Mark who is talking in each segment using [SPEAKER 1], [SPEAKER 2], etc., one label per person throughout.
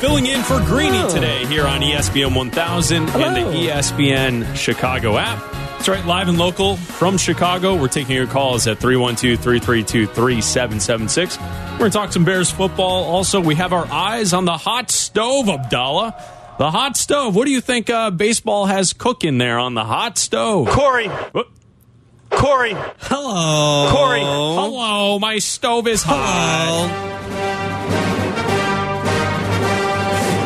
[SPEAKER 1] filling in for Greeny
[SPEAKER 2] Oh.
[SPEAKER 1] today here on E ESPN 1000 and the E ESPN Chicago app. That's right, live and local from Chicago. We're taking your calls at 312 332 3776. We're going to talk some Bears football. Also, we have our eyes on the hot stove, Abdallah. The hot stove. What do you think uh, baseball has cooking there on the hot
[SPEAKER 3] Oh.
[SPEAKER 1] stove?
[SPEAKER 4] Corey.
[SPEAKER 1] Whoop.
[SPEAKER 4] Corey.
[SPEAKER 2] Hello.
[SPEAKER 4] Corey.
[SPEAKER 1] Hello, my stove is hot.
[SPEAKER 2] Hello.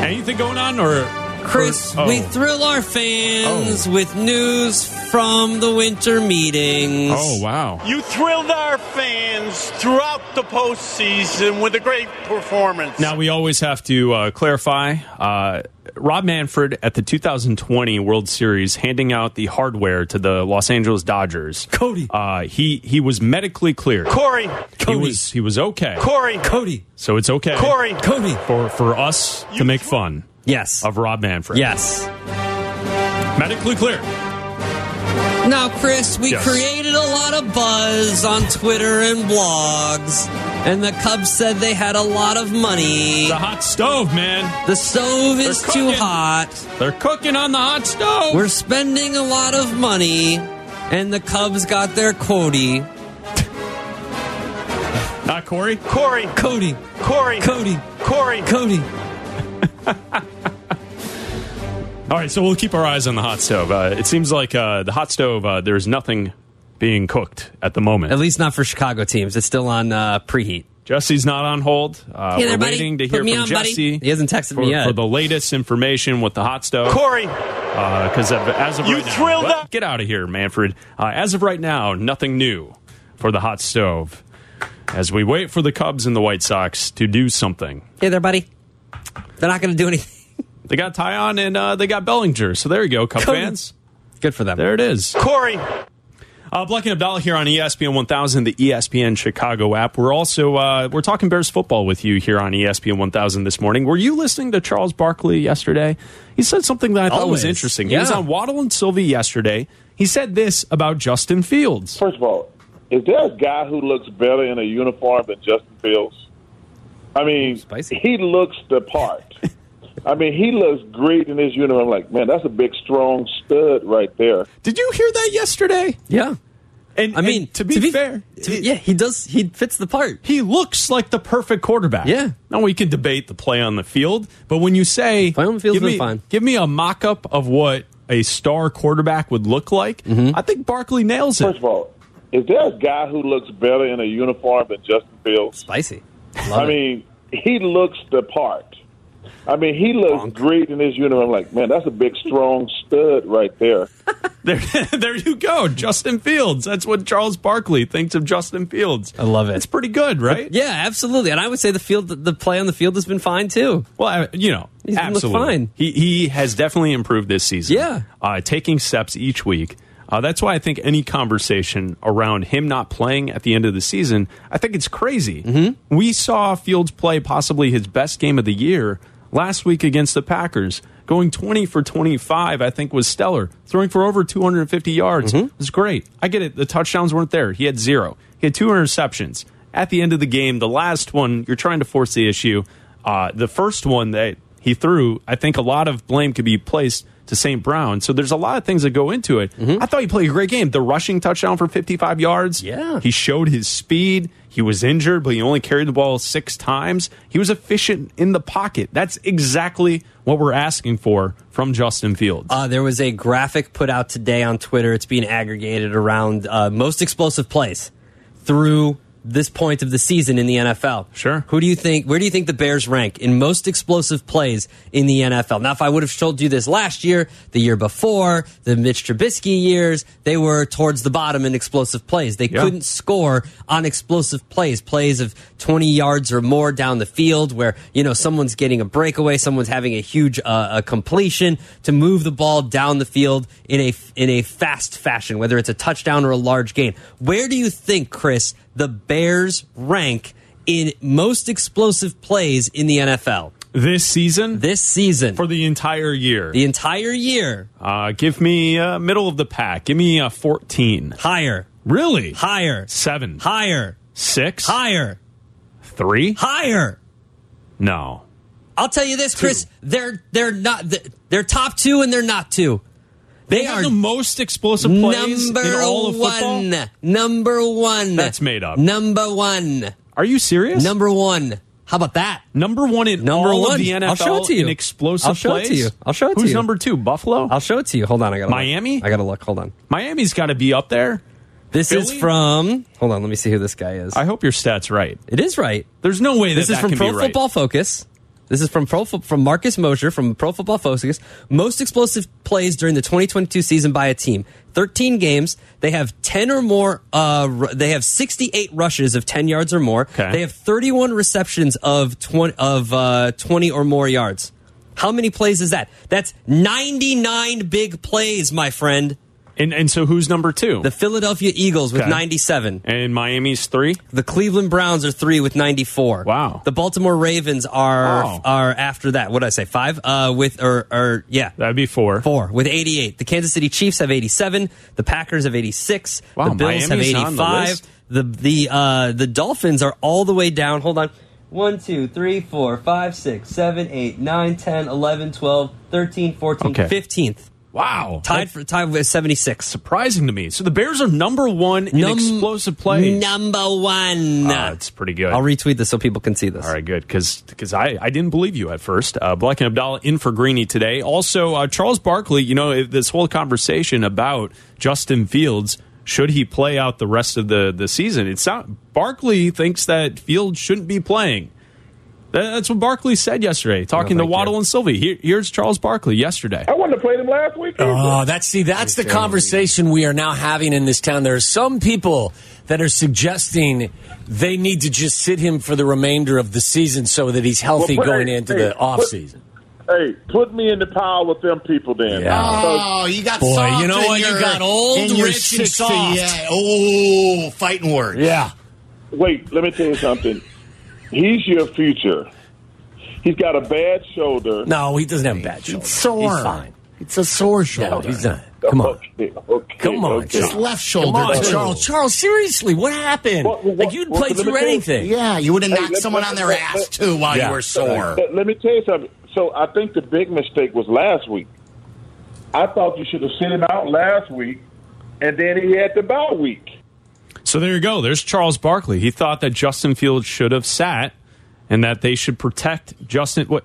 [SPEAKER 1] Anything going on or
[SPEAKER 2] Chris,
[SPEAKER 1] Or- oh.
[SPEAKER 2] we thrill our fans with news from the winter meetings.
[SPEAKER 1] Oh wow.
[SPEAKER 4] You thrilled our fans throughout the postseason with a great performance.
[SPEAKER 1] Now we always have to uh, clarify. Uh, Rob Manfred at the 2020 World Series handing out the hardware to the Los Angeles Dodgers.
[SPEAKER 2] Cody.
[SPEAKER 1] uh, he he was medically cleared.
[SPEAKER 4] Corey.
[SPEAKER 1] He
[SPEAKER 5] Oh,
[SPEAKER 2] Cody.
[SPEAKER 1] was he was okay.
[SPEAKER 4] Corey.
[SPEAKER 2] Cody.
[SPEAKER 1] So it's okay.
[SPEAKER 4] Corey.
[SPEAKER 2] Cody.
[SPEAKER 1] For for us to make fun
[SPEAKER 2] Yes.
[SPEAKER 1] of Rob Manfred.
[SPEAKER 2] Yes.
[SPEAKER 1] medically cleared.
[SPEAKER 2] Now, Chris, we
[SPEAKER 1] Yes.
[SPEAKER 2] created a lot of buzz on Twitter and blogs, and the Cubs said they had a lot of money.
[SPEAKER 1] The hot stove, man.
[SPEAKER 2] The stove is
[SPEAKER 1] They're
[SPEAKER 2] too
[SPEAKER 1] cooking.
[SPEAKER 2] hot.
[SPEAKER 1] They're cooking on the hot stove.
[SPEAKER 2] We're spending a lot of money, and the Cubs got their Cody.
[SPEAKER 1] Not Corey.
[SPEAKER 4] Corey.
[SPEAKER 2] Cody.
[SPEAKER 4] Corey.
[SPEAKER 2] Cody.
[SPEAKER 4] Corey.
[SPEAKER 2] Cody.
[SPEAKER 1] All right, so we'll keep our eyes on the hot stove. Uh, it seems like uh, the hot stove, uh, there's nothing being cooked at the moment.
[SPEAKER 2] At least not for Chicago teams. It's still on uh, preheat.
[SPEAKER 1] Jesse's not on hold. Uh,
[SPEAKER 2] Hey
[SPEAKER 1] we're
[SPEAKER 2] there, buddy.
[SPEAKER 1] waiting to
[SPEAKER 2] Put
[SPEAKER 1] hear
[SPEAKER 2] me
[SPEAKER 1] from
[SPEAKER 2] on, buddy.
[SPEAKER 1] Jesse.
[SPEAKER 2] He hasn't texted
[SPEAKER 1] for,
[SPEAKER 2] me yet.
[SPEAKER 1] for the latest information with the hot stove.
[SPEAKER 4] Corey.
[SPEAKER 1] Because as of
[SPEAKER 4] You
[SPEAKER 1] right now,
[SPEAKER 4] thrilled
[SPEAKER 1] Well,
[SPEAKER 4] up-
[SPEAKER 1] get out of here, Manfred. Uh, as of right now, nothing new for the hot stove. As we wait for the Cubs and the White Sox to do something,
[SPEAKER 2] Hey there, buddy. They're not going to do anything.
[SPEAKER 1] they got Tyon and uh, they got Bellinger. So there you go, Cub
[SPEAKER 2] Cody.
[SPEAKER 1] fans.
[SPEAKER 2] Good for them.
[SPEAKER 1] There it is.
[SPEAKER 4] Corey.
[SPEAKER 1] Uh, Black and Abdallah here on ESPN 1000, the E ESPN Chicago app. We're also uh, we're talking Bears football with you here on E ESPN 1000 this morning. Were you listening to Charles Barkley yesterday? He said something that I thought was
[SPEAKER 2] Always.
[SPEAKER 1] interesting. He
[SPEAKER 2] Yeah.
[SPEAKER 1] was on Waddle and Sylvie yesterday. He said this about Justin Fields.
[SPEAKER 6] First of all, is there a guy who looks better in a uniform than Justin Fields? I mean,
[SPEAKER 2] Spicy.
[SPEAKER 6] he looks the part. I mean, he looks great in his uniform. I'm like, man, that's a big, strong stud right there.
[SPEAKER 1] Did you hear that yesterday?
[SPEAKER 2] Yeah.
[SPEAKER 1] And
[SPEAKER 2] I mean,
[SPEAKER 1] and to be fair,
[SPEAKER 2] to be- yeah, he does. He fits the part.
[SPEAKER 1] he looks like the perfect quarterback.
[SPEAKER 2] Yeah.
[SPEAKER 1] Now we can debate the play on the field, but when you say
[SPEAKER 2] Play on the field's
[SPEAKER 1] give
[SPEAKER 2] been
[SPEAKER 1] me,
[SPEAKER 2] fine."
[SPEAKER 1] give me a mock up of what a star quarterback would look like,
[SPEAKER 2] Mm-hmm.
[SPEAKER 1] I think Barkley nails it.
[SPEAKER 6] First of all, is there a guy who looks better in a uniform than Justin Fields?
[SPEAKER 2] Spicy.
[SPEAKER 6] I mean, he looks the part. I mean, he looks great in his uniform. I'm like, man, that's a big, strong stud right there.
[SPEAKER 1] There, there you go, Justin Fields. That's what Charles Barkley thinks of Justin Fields.
[SPEAKER 2] I love it.
[SPEAKER 1] It's pretty good, right?
[SPEAKER 2] Yeah, absolutely. And I would say the field, the play on the field has been fine too.
[SPEAKER 1] Well, I- you know,
[SPEAKER 2] He's looked
[SPEAKER 1] absolutely.
[SPEAKER 2] fine.
[SPEAKER 1] He he has definitely improved this season.
[SPEAKER 2] Yeah.
[SPEAKER 1] uh, taking steps each week. Uh, that's why I think any conversation around him not playing at the end of the season, I think it's crazy. Mm-hmm. We saw Fields play possibly his best game of the year last week against the Packers, going twenty for twenty-five. I think was stellar, throwing for over two hundred and fifty yards.
[SPEAKER 2] Mm-hmm.
[SPEAKER 1] It was great. I get it. The touchdowns weren't there. He had zero. He had two interceptions. At the end of the game, the last one, you're trying to force the issue. Uh, the first one that he threw, I think a lot of blame could be placed to St. Brown. So there's a lot of things that go into it.
[SPEAKER 2] Mm-hmm.
[SPEAKER 1] I thought he played a great game. The rushing touchdown for 55 yards.
[SPEAKER 2] Yeah.
[SPEAKER 1] He showed his speed. He was injured, but he only carried the ball six times. He was efficient in the pocket. That's exactly what we're asking for from Justin Fields.
[SPEAKER 2] Uh, there was a graphic put out today on Twitter. It's being aggregated around uh, most explosive plays through this point of the season in the NFL.
[SPEAKER 1] Sure.
[SPEAKER 2] Who do you think? Where do you think the Bears rank in most explosive plays in the NFL? Now, if I would have told you this last year, the year before, the Mitch Trubisky years, they were towards the bottom in explosive plays. They
[SPEAKER 1] Yeah.
[SPEAKER 2] couldn't score on explosive plays, plays of 20 yards or more down the field where, you know, someone's getting a breakaway, someone's having a huge uh, a completion to move the ball down the field in a in a fast fashion, whether it's a touchdown or a large gain. Where do you think, Chris, the Bears rank in most explosive plays in the NFL
[SPEAKER 1] this season,
[SPEAKER 2] this season?
[SPEAKER 1] for the entire year,
[SPEAKER 2] the entire year,
[SPEAKER 1] uh, give me uh, middle of the pack. Give me a 14.
[SPEAKER 2] higher,
[SPEAKER 1] Really?
[SPEAKER 2] higher,
[SPEAKER 1] Seven.
[SPEAKER 2] higher,
[SPEAKER 1] Six?
[SPEAKER 2] higher,
[SPEAKER 1] Three?
[SPEAKER 2] higher.
[SPEAKER 1] No.
[SPEAKER 2] I'll tell you this, Chris. They're they're not they're top two and they're not two. They,
[SPEAKER 1] They
[SPEAKER 2] are
[SPEAKER 1] have the most explosive plays
[SPEAKER 2] number
[SPEAKER 1] in all of football.
[SPEAKER 2] one. Number one.
[SPEAKER 1] That's made up.
[SPEAKER 2] Number one.
[SPEAKER 1] Are you serious?
[SPEAKER 2] Number one. How about that?
[SPEAKER 1] number one in
[SPEAKER 2] Number
[SPEAKER 1] all
[SPEAKER 2] one.
[SPEAKER 1] of the NFL
[SPEAKER 2] I'll show it to you.
[SPEAKER 1] in explosive
[SPEAKER 2] I'll show it
[SPEAKER 1] plays.
[SPEAKER 2] to you. I'll show it to
[SPEAKER 1] Who's
[SPEAKER 2] you.
[SPEAKER 1] number two? Buffalo.
[SPEAKER 2] I'll show it to you. Hold on, I got
[SPEAKER 1] Miami?
[SPEAKER 2] I gotta look. Hold on.
[SPEAKER 1] Miami's got to be up there.
[SPEAKER 2] This
[SPEAKER 1] Philly?
[SPEAKER 2] is from. Hold on, let me see who this guy is.
[SPEAKER 1] I hope your stats right.
[SPEAKER 2] it is right.
[SPEAKER 1] There's no way that
[SPEAKER 2] This is
[SPEAKER 1] that
[SPEAKER 2] from
[SPEAKER 1] can
[SPEAKER 2] Pro
[SPEAKER 1] be right.
[SPEAKER 2] Football Focus. This is from Pro Fo- from Marcus Mosher from Pro Football Focus. Most explosive plays during the 2022 season by a team. 13 games. They have 10 or more. Uh, ru- they have 68 rushes of 10 yards or more.
[SPEAKER 1] Okay.
[SPEAKER 2] They have 31 receptions of 20 of uh, 20 or more yards. How many plays is that? That's 99 big plays, my friend.
[SPEAKER 1] And and so who's number two?
[SPEAKER 2] The Philadelphia Eagles with
[SPEAKER 1] Okay.
[SPEAKER 2] 97.
[SPEAKER 1] and Miami's three.
[SPEAKER 2] The Cleveland Browns are three with ninety four.
[SPEAKER 1] Wow.
[SPEAKER 2] The Baltimore Ravens are
[SPEAKER 1] Wow.
[SPEAKER 2] are after that. What did I say? Five. Uh, with or or yeah.
[SPEAKER 1] That'd be four.
[SPEAKER 2] Four with 88. The Kansas City Chiefs have 87. The Packers have 86.
[SPEAKER 1] Wow,
[SPEAKER 2] the Bills
[SPEAKER 1] Miami's
[SPEAKER 2] have
[SPEAKER 1] on the
[SPEAKER 2] 85.
[SPEAKER 1] list.
[SPEAKER 2] The the uh, the Dolphins are all the way down. Hold on. 1, 2, 3, 4, 5, 6, 7, 8, 9, 10, 11, 12, 13, 14,
[SPEAKER 1] Okay.
[SPEAKER 2] 15th.
[SPEAKER 1] Wow.
[SPEAKER 2] Tied, for, tied with 76.
[SPEAKER 1] surprising to me. So the Bears are number one in
[SPEAKER 2] Num-
[SPEAKER 1] explosive plays.
[SPEAKER 2] Number one.
[SPEAKER 1] Ah, it's pretty good.
[SPEAKER 2] I'll retweet this so people can see this.
[SPEAKER 1] All right, good. Because I, I didn't believe you at first. Uh, Black and Abdallah in for Greeny today. Also, uh, Charles Barkley, you know, this whole conversation about Justin Fields, should he play out the rest of the, the season? It's not, Barkley thinks that Fields shouldn't be playing. That- That's what Barkley said yesterday, talking to
[SPEAKER 2] thank
[SPEAKER 1] Waddle
[SPEAKER 2] you.
[SPEAKER 1] and Sylvie. Here, here's Charles Barkley yesterday.
[SPEAKER 6] I wouldn't have played him last week. either.
[SPEAKER 3] Oh, that's see, that's the conversation we are now having in this town. There are some people that are suggesting they need to just sit him for the remainder of the season so that he's healthy
[SPEAKER 6] Well, put-
[SPEAKER 3] going
[SPEAKER 6] hey,
[SPEAKER 3] into
[SPEAKER 6] hey,
[SPEAKER 3] the
[SPEAKER 6] put-
[SPEAKER 3] offseason.
[SPEAKER 6] Hey, put me in the pile with them people then.
[SPEAKER 3] Yeah.
[SPEAKER 7] Oh, you got
[SPEAKER 3] Boy,
[SPEAKER 7] soft
[SPEAKER 3] you know
[SPEAKER 7] in
[SPEAKER 3] what? You
[SPEAKER 7] your-
[SPEAKER 3] got old,
[SPEAKER 7] in your
[SPEAKER 3] rich,
[SPEAKER 7] 60,
[SPEAKER 3] and soft.
[SPEAKER 7] Yeah. Oh, fighting words.
[SPEAKER 3] Yeah.
[SPEAKER 6] Wait, let me tell you something. He's your future. He's got a bad shoulder.
[SPEAKER 3] No, Oh, he doesn't have a bad shoulder.
[SPEAKER 7] It's sore.
[SPEAKER 3] He's fine.
[SPEAKER 7] It's a sore shoulder.
[SPEAKER 3] No, he's not. Come on.
[SPEAKER 6] Okay, okay,
[SPEAKER 3] Come on,
[SPEAKER 6] okay.
[SPEAKER 3] John.
[SPEAKER 7] His left shoulder,
[SPEAKER 3] Come on,
[SPEAKER 7] too.
[SPEAKER 3] Charles. Charles, seriously, what happened?
[SPEAKER 6] What- what-
[SPEAKER 3] like you'd
[SPEAKER 6] what-
[SPEAKER 3] play
[SPEAKER 6] let me
[SPEAKER 3] through
[SPEAKER 6] tell you-
[SPEAKER 3] anything.
[SPEAKER 7] Yeah, you would have
[SPEAKER 6] Hey,
[SPEAKER 7] knocked
[SPEAKER 6] let-
[SPEAKER 7] someone
[SPEAKER 6] let-
[SPEAKER 7] on their
[SPEAKER 6] let-
[SPEAKER 7] ass
[SPEAKER 6] let-
[SPEAKER 7] too while
[SPEAKER 3] Yeah.
[SPEAKER 7] you were sore.
[SPEAKER 6] Let, let me tell you something. So I think the big mistake was last week. I thought you should have sent him out last week, and then he had the bye week.
[SPEAKER 1] So there you go. There's Charles Barkley. He thought that Justin Fields should have sat and that they should protect Justin. What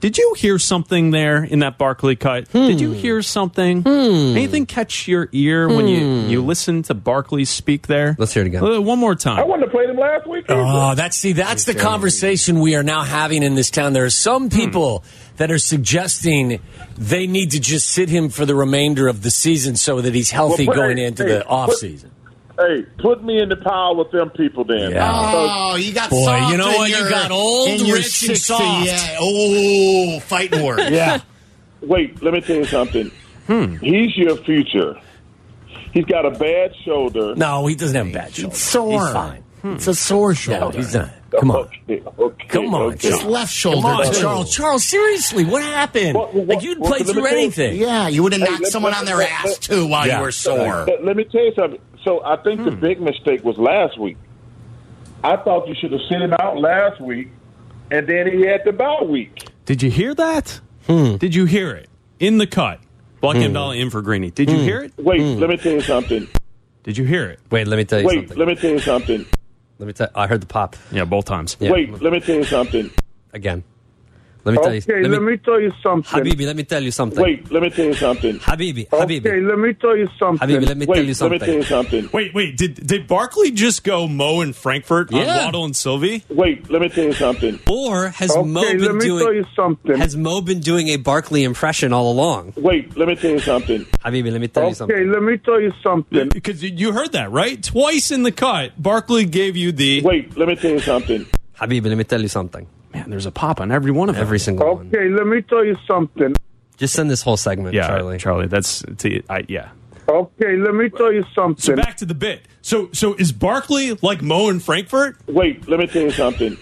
[SPEAKER 1] did you hear something there in that Barkley cut? Did
[SPEAKER 2] Hmm.
[SPEAKER 1] you hear something? Anything catch your ear when you you listen to Barkley speak there?
[SPEAKER 2] Hmm. Let's hear it again.
[SPEAKER 1] Uh, One more time.
[SPEAKER 6] I wouldn't have played him last week. either.
[SPEAKER 3] Oh, that's see, that's the conversation we are now having in this town. There are
[SPEAKER 6] Hmm.
[SPEAKER 3] some people that are suggesting they need to just sit him for the remainder of the season so that he's healthy
[SPEAKER 6] Well, put-
[SPEAKER 3] going
[SPEAKER 6] hey,
[SPEAKER 3] into
[SPEAKER 6] hey,
[SPEAKER 3] the off season.
[SPEAKER 6] hey, put me in the pile with them people then.
[SPEAKER 3] Yeah.
[SPEAKER 7] Oh, you got
[SPEAKER 3] Boy,
[SPEAKER 7] soft.
[SPEAKER 3] you know
[SPEAKER 7] in
[SPEAKER 3] what? You
[SPEAKER 7] your-
[SPEAKER 3] got old,
[SPEAKER 7] in your
[SPEAKER 3] rich,
[SPEAKER 7] 60,
[SPEAKER 3] and soft.
[SPEAKER 7] Yeah. Oh, fighting words.
[SPEAKER 3] Yeah.
[SPEAKER 6] Wait, let me tell you something.
[SPEAKER 3] Hmm.
[SPEAKER 6] He's your future. He's got a bad shoulder.
[SPEAKER 3] No, he doesn't have a bad shoulder.
[SPEAKER 7] It's sore.
[SPEAKER 3] He's fine.
[SPEAKER 7] It's a sore shoulder.
[SPEAKER 3] No, he's not. Come on.
[SPEAKER 6] Okay, okay,
[SPEAKER 3] Come on,
[SPEAKER 6] okay.
[SPEAKER 3] John.
[SPEAKER 7] His left shoulder,
[SPEAKER 3] Come on,
[SPEAKER 7] too.
[SPEAKER 3] Charles. Charles, seriously, what happened?
[SPEAKER 6] What- what-
[SPEAKER 3] like you'd
[SPEAKER 6] what-
[SPEAKER 3] play
[SPEAKER 6] let me
[SPEAKER 3] through
[SPEAKER 6] tell you-
[SPEAKER 3] anything.
[SPEAKER 7] Yeah, you would have
[SPEAKER 6] Hey,
[SPEAKER 7] knocked
[SPEAKER 6] let-
[SPEAKER 7] someone
[SPEAKER 6] let-
[SPEAKER 7] on their
[SPEAKER 6] let-
[SPEAKER 7] ass
[SPEAKER 6] let-
[SPEAKER 7] too while
[SPEAKER 3] Yeah.
[SPEAKER 7] you were sore.
[SPEAKER 6] Let, let me tell you something. So I think the big mistake was last week. I thought you should have sent him out last week, and then he had the bye week.
[SPEAKER 1] Did you hear that?
[SPEAKER 2] Hmm.
[SPEAKER 1] Did you hear it in the cut? Black and Abdallah in for Greeny. Did
[SPEAKER 2] Hmm.
[SPEAKER 1] you hear it?
[SPEAKER 6] Wait, let me tell you something.
[SPEAKER 1] Did you hear it?
[SPEAKER 2] Wait, let me tell you
[SPEAKER 6] Wait,
[SPEAKER 2] something.
[SPEAKER 6] let me tell you something.
[SPEAKER 2] Let me tell. I heard the pop
[SPEAKER 1] Yeah, both times.
[SPEAKER 2] Yeah.
[SPEAKER 6] Wait, let me tell you something.
[SPEAKER 2] again. Let me tell you.
[SPEAKER 8] Okay, let me tell you something.
[SPEAKER 2] Habibi, let me tell you something.
[SPEAKER 6] Wait, let me tell you something.
[SPEAKER 2] Habibi, Habibi,
[SPEAKER 8] Okay, let me tell you something.
[SPEAKER 2] Habibi, let me tell you
[SPEAKER 6] Wait, let me
[SPEAKER 2] something.
[SPEAKER 6] tell you something.
[SPEAKER 1] Wait, wait. Did did Barkley just go Mo and Frankfurt on
[SPEAKER 2] Yeah.
[SPEAKER 1] Waddle and Sylvie?
[SPEAKER 6] Wait, let me tell you something.
[SPEAKER 2] Or has Mo
[SPEAKER 8] Okay, let
[SPEAKER 2] been
[SPEAKER 8] me tell you
[SPEAKER 2] doing?
[SPEAKER 8] something.
[SPEAKER 2] Has Mo been doing a Barkley impression all along?
[SPEAKER 6] Wait, let me tell you something.
[SPEAKER 2] Habibi, let me tell you
[SPEAKER 8] Okay,
[SPEAKER 2] something.
[SPEAKER 8] let me tell you something.
[SPEAKER 1] Because you heard that right twice in the cut. Barkley gave you the
[SPEAKER 6] Wait, let me tell you something.
[SPEAKER 2] Habibi, let me tell you something.
[SPEAKER 1] man. There's a pop on every one of them.
[SPEAKER 2] Every single one.
[SPEAKER 8] Okay, let me tell you something.
[SPEAKER 2] Just send this whole segment,
[SPEAKER 1] yeah,
[SPEAKER 2] Charlie.
[SPEAKER 1] Charlie. that's it's, I, yeah.
[SPEAKER 8] Okay, let me tell you
[SPEAKER 1] So
[SPEAKER 8] something.
[SPEAKER 1] back to the bit. So so is Barkley like Mo and Frankfurt?
[SPEAKER 6] Wait, let me tell you something.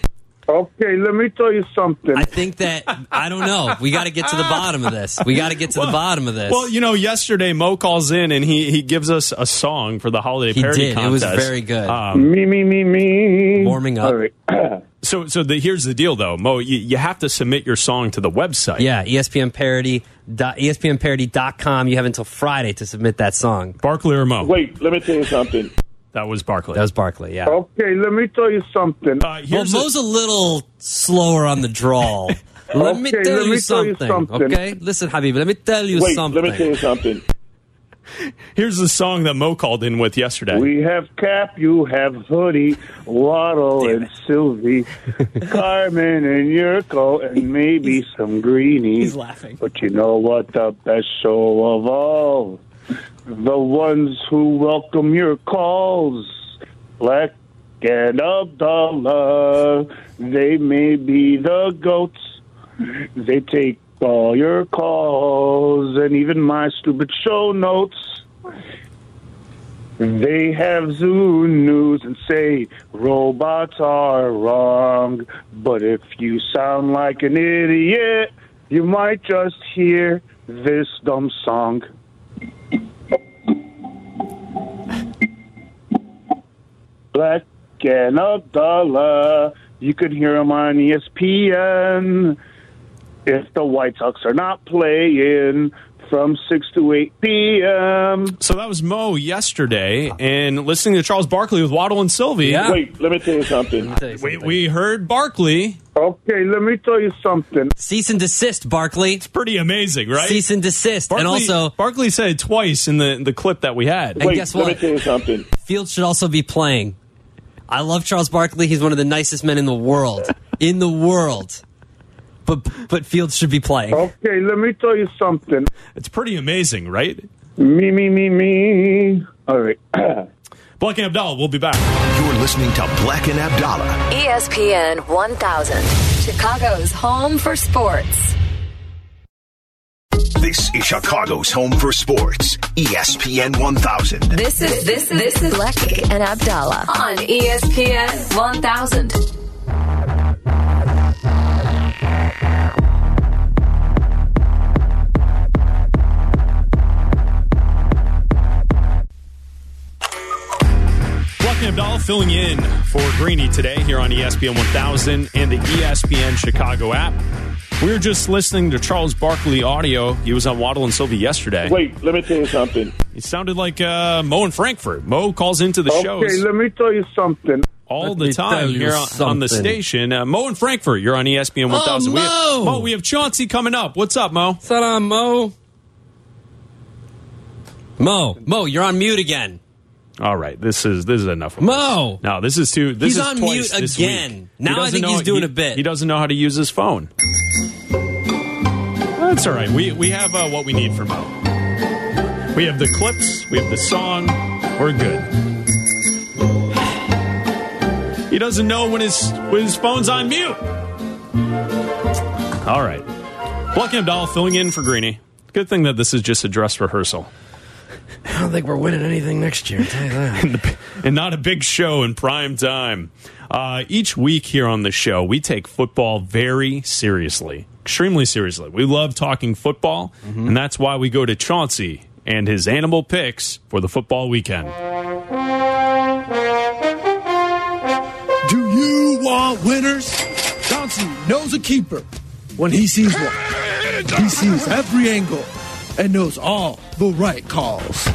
[SPEAKER 8] Okay, let me tell you something.
[SPEAKER 2] I think that I don't know. We got to get to the bottom of this. We got to get to the bottom of this.
[SPEAKER 1] Well, you know, yesterday Mo calls in and he he gives us a song for the holiday
[SPEAKER 2] He
[SPEAKER 1] parody
[SPEAKER 2] did. It was
[SPEAKER 1] contest.
[SPEAKER 2] very good.
[SPEAKER 1] Um,
[SPEAKER 8] Me, me, me, me.
[SPEAKER 2] Warming up.
[SPEAKER 8] Mm. All right.
[SPEAKER 1] So, so the, here's the deal, though, Mo. You, you have to submit your song to the website.
[SPEAKER 2] Yeah, E ESPN parody. E Dot, ESPNparody.com. You have until Friday to submit that song.
[SPEAKER 1] Barkley or Mo?
[SPEAKER 6] Wait, let me tell you something.
[SPEAKER 1] That was Barkley.
[SPEAKER 2] That was Barkley, yeah.
[SPEAKER 8] Okay, let me tell you
[SPEAKER 1] uh,
[SPEAKER 8] something.
[SPEAKER 2] Well,
[SPEAKER 1] here's the-
[SPEAKER 2] Mo's a little slower on the draw. let me
[SPEAKER 8] Okay,
[SPEAKER 2] tell,
[SPEAKER 8] let
[SPEAKER 2] you,
[SPEAKER 8] me tell you
[SPEAKER 2] something,
[SPEAKER 8] something.
[SPEAKER 2] Okay, listen, Habib. Let me tell you
[SPEAKER 6] Wait,
[SPEAKER 2] something.
[SPEAKER 6] let me tell you something.
[SPEAKER 1] here's the song that Mo called in with yesterday.
[SPEAKER 8] We have Cap, you have Hoodie, Waddle, and Sylvie, Carmen, and Yurko, and maybe some Greenies.
[SPEAKER 9] He's laughing.
[SPEAKER 8] But you know what? The best show of all. The ones who welcome your calls. Black and Abdullah. They may be the goats. They take all your calls and even my stupid show notes. They have zoo news and say robots are wrong. But if you sound like an idiot, you might just hear this dumb song. Black and Abdullah, you can hear him on E ESPN. If the White Sox are not playing from 6 to 8 p.m.
[SPEAKER 1] so that was Mo yesterday, and listening to Charles Barkley with Waddle and Sylvie.
[SPEAKER 2] Yeah.
[SPEAKER 6] Wait, let me tell you something.
[SPEAKER 2] Tell you
[SPEAKER 1] We,
[SPEAKER 2] something.
[SPEAKER 1] we heard Barkley.
[SPEAKER 8] Okay, let me tell you something.
[SPEAKER 2] Cease and desist, Barkley.
[SPEAKER 1] Pretty amazing, right?
[SPEAKER 2] Cease and desist.
[SPEAKER 1] Barkley,
[SPEAKER 2] and also,
[SPEAKER 1] Barkley said it twice in the the clip that we had.
[SPEAKER 2] and
[SPEAKER 6] Wait,
[SPEAKER 2] guess
[SPEAKER 6] let me
[SPEAKER 2] what?
[SPEAKER 6] tell you something.
[SPEAKER 2] Fields should also be playing. I love Charles Barkley. He's one of the nicest men in the world. In the world. But but Fields should be playing.
[SPEAKER 6] Oh,
[SPEAKER 8] Okay, let me tell you something.
[SPEAKER 1] It's pretty amazing, right?
[SPEAKER 8] Me, me, me, me. All right.
[SPEAKER 1] Black and Abdallah, we'll be back.
[SPEAKER 10] You're listening to Black and Abdallah.
[SPEAKER 11] E ESPN 1000, Chicago's home for sports.
[SPEAKER 10] This is Chicago's home for sports. E ESPN 1000.
[SPEAKER 11] This is this is, this is Black and Abdallah on E ESPN 1000.
[SPEAKER 1] Black and Abdallah filling in for Greeny today here on E ESPN 1000 and the E ESPN Chicago app. We were just listening to Charles Barkley audio. He was on Waddle and Sylvie yesterday.
[SPEAKER 6] Wait, let me tell you something.
[SPEAKER 1] It sounded like uh, Mo in Frankfurt. Mo calls into the
[SPEAKER 8] Okay,
[SPEAKER 1] shows
[SPEAKER 8] let me tell you something.
[SPEAKER 1] all
[SPEAKER 2] Let
[SPEAKER 1] the
[SPEAKER 2] me tell
[SPEAKER 1] time
[SPEAKER 2] you
[SPEAKER 1] here on, on the
[SPEAKER 2] something. Oh,
[SPEAKER 1] station. Uh, Mo in Frankfurt, you're on E ESPN 1000. We
[SPEAKER 2] Mo!
[SPEAKER 1] have, Mo, we have Chauncey coming up. What's up, Mo?
[SPEAKER 2] What's up, Mo? Mo, Mo, you're on mute again.
[SPEAKER 1] All right, this is this is enough. Of
[SPEAKER 2] Mo!
[SPEAKER 1] this. no, this is too. This
[SPEAKER 2] He's
[SPEAKER 1] is
[SPEAKER 2] on
[SPEAKER 1] twice
[SPEAKER 2] mute
[SPEAKER 1] this
[SPEAKER 2] again.
[SPEAKER 1] week.
[SPEAKER 2] Now I
[SPEAKER 1] doesn't
[SPEAKER 2] think
[SPEAKER 1] know-
[SPEAKER 2] he's doing
[SPEAKER 1] he-
[SPEAKER 2] a bit.
[SPEAKER 1] He doesn't know how to use his phone. That's all right. We we have uh, what we need for Mo. We have the clips. We have the song. We're good. He doesn't know when his when his phone's on mute. All right, Black and Abdal filling in for Greeny. Good thing that this is just a dress rehearsal.
[SPEAKER 9] I don't think we're winning anything next year. I'll tell you that.
[SPEAKER 1] and not a big show in prime time. Uh, each week here on the show, we take football very seriously, extremely seriously. We love talking football, and that's why we go to Chauncey and his animal picks for the football weekend.
[SPEAKER 7] Do you want winners? Johnson knows a keeper when he sees one. He sees every angle and knows all the right calls.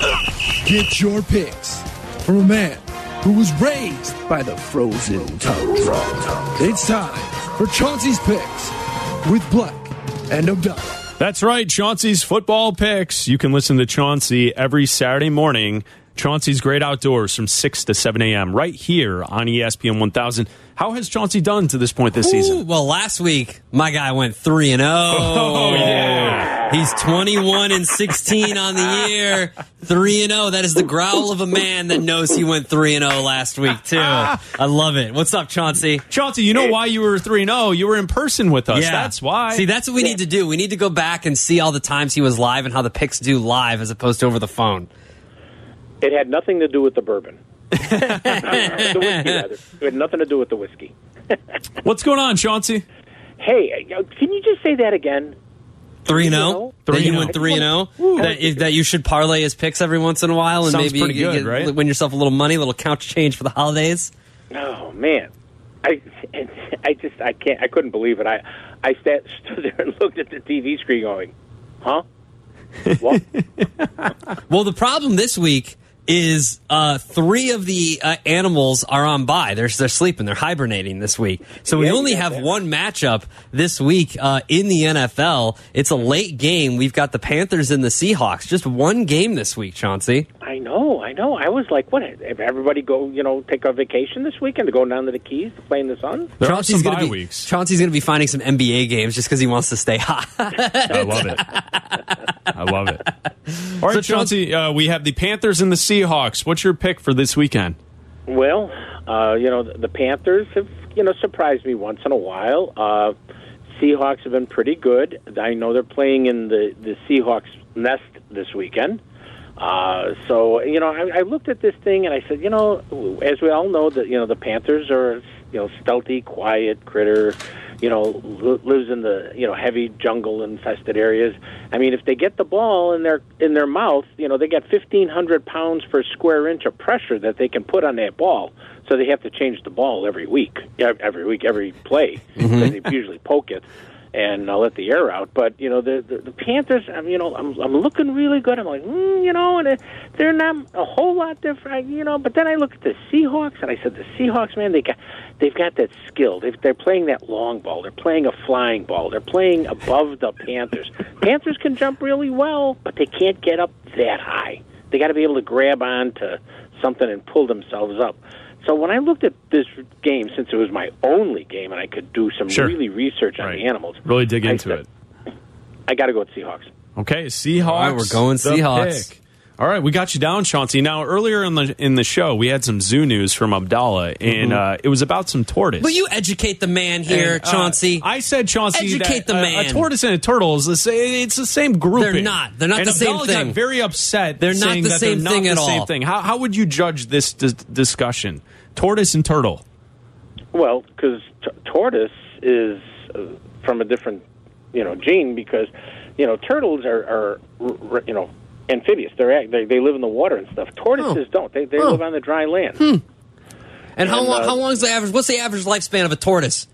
[SPEAKER 7] Get your picks from a man who was raised by the frozen toad. It's time for Chauncey's picks with Black and Abdallah.
[SPEAKER 1] That's right, Chauncey's football picks. You can listen to Chauncey every Saturday morning. Chauncey's Great Outdoors from 6 to 7 a.m. right here on E ESPN 1000. How has Chauncey done to this point this
[SPEAKER 2] Ooh,
[SPEAKER 1] season?
[SPEAKER 2] well, last week my guy went three and oh.
[SPEAKER 1] yeah.
[SPEAKER 2] He's 21 and 16 on the year. 3 and 0. That is the growl of a man that knows he went 3 and 0 last week too. I love it. What's up, Chauncey?
[SPEAKER 1] Chauncey, you know why you were 3 0? You were in person with us. That's why.
[SPEAKER 2] See, that's what we need to do. We need to go back and see all the times he was live and how the picks do live as opposed to over the phone.
[SPEAKER 12] It had nothing to do with the bourbon. the whiskey, rather. It had nothing to do with the whiskey.
[SPEAKER 1] What's going on, Chauncey?
[SPEAKER 12] Hey, uh, can you just say that again?
[SPEAKER 2] 3 and 0. That you
[SPEAKER 1] 3-0.
[SPEAKER 2] went 3 and oh. 0. That is- that you should parlay his picks every once in a while and
[SPEAKER 1] Sounds
[SPEAKER 2] maybe
[SPEAKER 1] pretty
[SPEAKER 2] you
[SPEAKER 1] good,
[SPEAKER 2] get-
[SPEAKER 1] right?
[SPEAKER 2] win yourself a little money, a little couch change for the holidays.
[SPEAKER 12] Oh, man. I, and I just, I can't, I couldn't believe it. I, I sat, stood there and looked at the TV screen, going, "Huh? What?"
[SPEAKER 2] Well, the problem this week is uh, three of the uh, animals are on bye. They're, they're sleeping. They're hibernating this week. So we only have one matchup this week uh, in the NFL. It's a late game. We've got the Panthers and the Seahawks. Just one game this week, Chauncey.
[SPEAKER 12] I know, I know. I was like, "What? If everybody go, you know, take a vacation this weekend to go down to the Keys to play in the sun?"
[SPEAKER 2] Chauncey's gonna be, Chauncey's going to be finding some NBA games just because he wants to stay hot.
[SPEAKER 1] I love it. I love it. All right, Chauncey, uh, we have the Panthers and the Seahawks. What's your pick for this weekend?
[SPEAKER 12] Well, uh, you know, the Panthers have, you know, surprised me once in a while. Uh, Seahawks have been pretty good. I know they're playing in the, the Seahawks nest this weekend. Uh, so, you know, I, I looked at this thing and I said, you know, as we all know, that, you know, the Panthers are, you know, stealthy, quiet critter, you know, li- lives in the, you know, heavy jungle infested areas. I mean, if they get the ball in their, in their mouth, you know, they got 1,500 pounds per square inch of pressure that they can put on that ball. So they have to change the ball every week, ev- every week, every play. 'cause They usually poke it and uh, let the air out. But you know the the, the Panthers. I'm you know I'm I'm looking really good. I'm like mm, you know, and it- they're not a whole lot different, you know. But then I look at the Seahawks and I said the Seahawks, man, they got they've got that skill. They've, they're playing that long ball. They're playing a flying ball. They're playing above the Panthers. Panthers can jump really well, but they can't get up that high. They got to be able to grab on to something and pull themselves up. So when I looked at this game, since it was my only game, and I could do some
[SPEAKER 1] Sure.
[SPEAKER 12] really research on the animals,
[SPEAKER 1] Really dig
[SPEAKER 12] I
[SPEAKER 1] into
[SPEAKER 12] said-
[SPEAKER 1] it.
[SPEAKER 12] I got to go with Seahawks.
[SPEAKER 1] Okay, Seahawks.
[SPEAKER 2] All right, we're going
[SPEAKER 1] the
[SPEAKER 2] Seahawks.
[SPEAKER 1] pick. All right, we got you down, Chauncey. Now, earlier in the in the show, we had some zoo news from Abdallah, and
[SPEAKER 2] Mm-hmm.
[SPEAKER 1] uh, it was about some tortoise.
[SPEAKER 2] Will you educate the man here,
[SPEAKER 1] And, uh,
[SPEAKER 2] Chauncey?
[SPEAKER 1] I said, Chauncey,
[SPEAKER 2] Educate
[SPEAKER 1] that,
[SPEAKER 2] the
[SPEAKER 1] uh,
[SPEAKER 2] man.
[SPEAKER 1] A, tortoise and a turtle is the same. It's the same grouping.
[SPEAKER 2] They're not. They're not
[SPEAKER 1] And
[SPEAKER 2] the same
[SPEAKER 1] Abdallah got
[SPEAKER 2] thing.
[SPEAKER 1] very upset.
[SPEAKER 2] They're not
[SPEAKER 1] saying
[SPEAKER 2] the
[SPEAKER 1] that they're
[SPEAKER 2] same
[SPEAKER 1] not
[SPEAKER 2] thing
[SPEAKER 1] the
[SPEAKER 2] at
[SPEAKER 1] same
[SPEAKER 2] all.
[SPEAKER 1] Thing. How, how would you judge this dis- discussion? Tortoise and turtle.
[SPEAKER 12] Well, because t- tortoise is uh, from a different, you know, gene because, you know, turtles are, are r- r- you know, amphibious. They're act- they they live in the water and stuff. Tortoises don't. They they
[SPEAKER 2] Oh. Huh. Hmm.
[SPEAKER 12] live on the dry land.
[SPEAKER 2] and how
[SPEAKER 12] and,
[SPEAKER 2] long?
[SPEAKER 12] uh,
[SPEAKER 2] how long is the average? What's the average lifespan of a tortoise?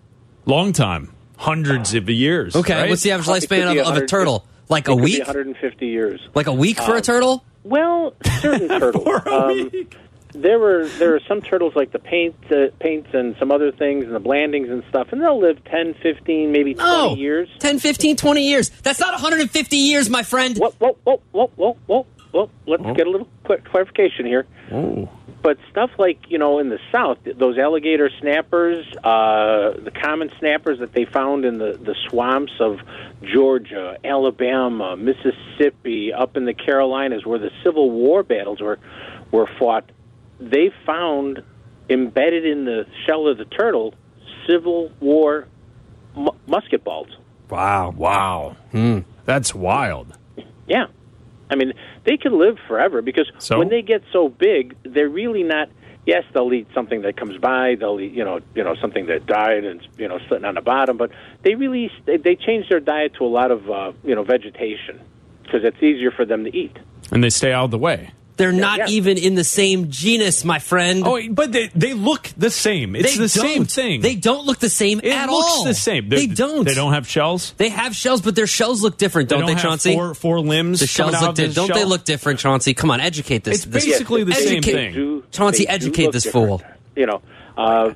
[SPEAKER 1] Long time. Hundreds of years.
[SPEAKER 2] Okay,
[SPEAKER 1] right?
[SPEAKER 2] what's the average
[SPEAKER 12] It could
[SPEAKER 2] lifespan
[SPEAKER 12] be
[SPEAKER 2] of, of a
[SPEAKER 12] 100
[SPEAKER 2] turtle? Like a
[SPEAKER 12] It could be
[SPEAKER 2] week?
[SPEAKER 12] 150 years.
[SPEAKER 2] Like a week for a
[SPEAKER 12] Um,
[SPEAKER 2] turtle?
[SPEAKER 12] Well, certain turtles. um, there were there are some turtles like the paint uh, paints and some other things and the blandings and stuff, and they'll live 10, 15, maybe 20
[SPEAKER 2] No.
[SPEAKER 12] years.
[SPEAKER 2] 10, 15, 20 years. That's not 150 years, my friend.
[SPEAKER 12] Whoa, whoa, whoa, whoa, whoa, whoa, whoa. Let's get a little quick clarification here.
[SPEAKER 1] Oh.
[SPEAKER 12] But stuff like you know in the South, th- those alligator snappers, uh, the common snappers that they found in the the swamps of Georgia, Alabama, Mississippi, up in the Carolinas, where the Civil War battles were were fought, they found embedded in the shell of the turtle Civil War mu- musket balls.
[SPEAKER 1] Wow. Wow. That's wild.
[SPEAKER 12] Yeah. I mean, they can live forever because
[SPEAKER 1] So?
[SPEAKER 12] when they get so big, they're really not. Yes, they'll eat something that comes by. They'll eat, you know, you know, something that died and you know, sitting on the bottom. But they really they, they change their diet to a lot of uh, you know vegetation because it's easier for them to eat.
[SPEAKER 1] And they stay out of the way.
[SPEAKER 2] They're not
[SPEAKER 12] yeah.
[SPEAKER 2] even in the same genus, my friend.
[SPEAKER 1] Oh, but they, they look the same. It's
[SPEAKER 2] They
[SPEAKER 1] the same
[SPEAKER 2] don't.
[SPEAKER 1] thing.
[SPEAKER 2] They don't look the same
[SPEAKER 1] it
[SPEAKER 2] at
[SPEAKER 1] looks
[SPEAKER 2] all.
[SPEAKER 1] the same.
[SPEAKER 2] They don't.
[SPEAKER 1] They don't have shells.
[SPEAKER 2] They have shells, but their shells look different, don't they,
[SPEAKER 1] have
[SPEAKER 2] Chauncey?
[SPEAKER 1] Four, four limbs.
[SPEAKER 2] the shells
[SPEAKER 1] coming out
[SPEAKER 2] look
[SPEAKER 1] of the
[SPEAKER 2] different. Don't they
[SPEAKER 1] shell?
[SPEAKER 2] look different, Chauncey? Come on, educate this.
[SPEAKER 1] It's
[SPEAKER 2] this-
[SPEAKER 1] basically the same
[SPEAKER 2] educate-
[SPEAKER 1] thing.
[SPEAKER 12] do-
[SPEAKER 2] Chauncey,
[SPEAKER 12] they do
[SPEAKER 2] educate
[SPEAKER 12] look
[SPEAKER 2] this
[SPEAKER 12] different.
[SPEAKER 2] fool.
[SPEAKER 12] You know, uh,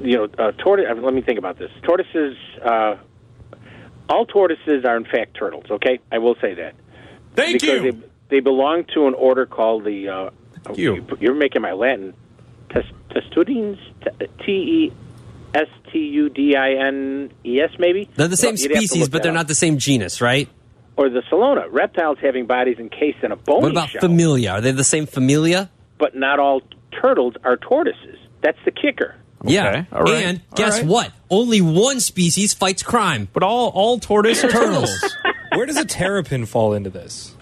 [SPEAKER 12] you know, uh, tortoise. I mean, let me think about this. Tortoises, uh, all tortoises are in fact turtles. Okay, I will say that.
[SPEAKER 1] Thank
[SPEAKER 12] because
[SPEAKER 1] you.
[SPEAKER 12] They, they belong to an order called the. Uh,
[SPEAKER 1] you.
[SPEAKER 12] You're making my Latin. Tes- Testudines? T e s t u d i n e s maybe.
[SPEAKER 2] They're the same
[SPEAKER 12] You'd have to
[SPEAKER 2] species,
[SPEAKER 12] look
[SPEAKER 2] but
[SPEAKER 12] that
[SPEAKER 2] they're
[SPEAKER 12] up.
[SPEAKER 2] not the same genus, right?
[SPEAKER 12] Or the Salona reptiles having bodies encased in a bony
[SPEAKER 2] What about
[SPEAKER 12] shell.
[SPEAKER 2] familia? Are they the same familia?
[SPEAKER 12] but not all turtles are tortoises. That's the kicker.
[SPEAKER 2] Yeah.
[SPEAKER 1] All right.
[SPEAKER 2] And
[SPEAKER 1] All
[SPEAKER 2] guess
[SPEAKER 1] right.
[SPEAKER 2] what? Only one species fights crime.
[SPEAKER 1] But all all tortoise are turtles.
[SPEAKER 13] Where does a terrapin fall into this?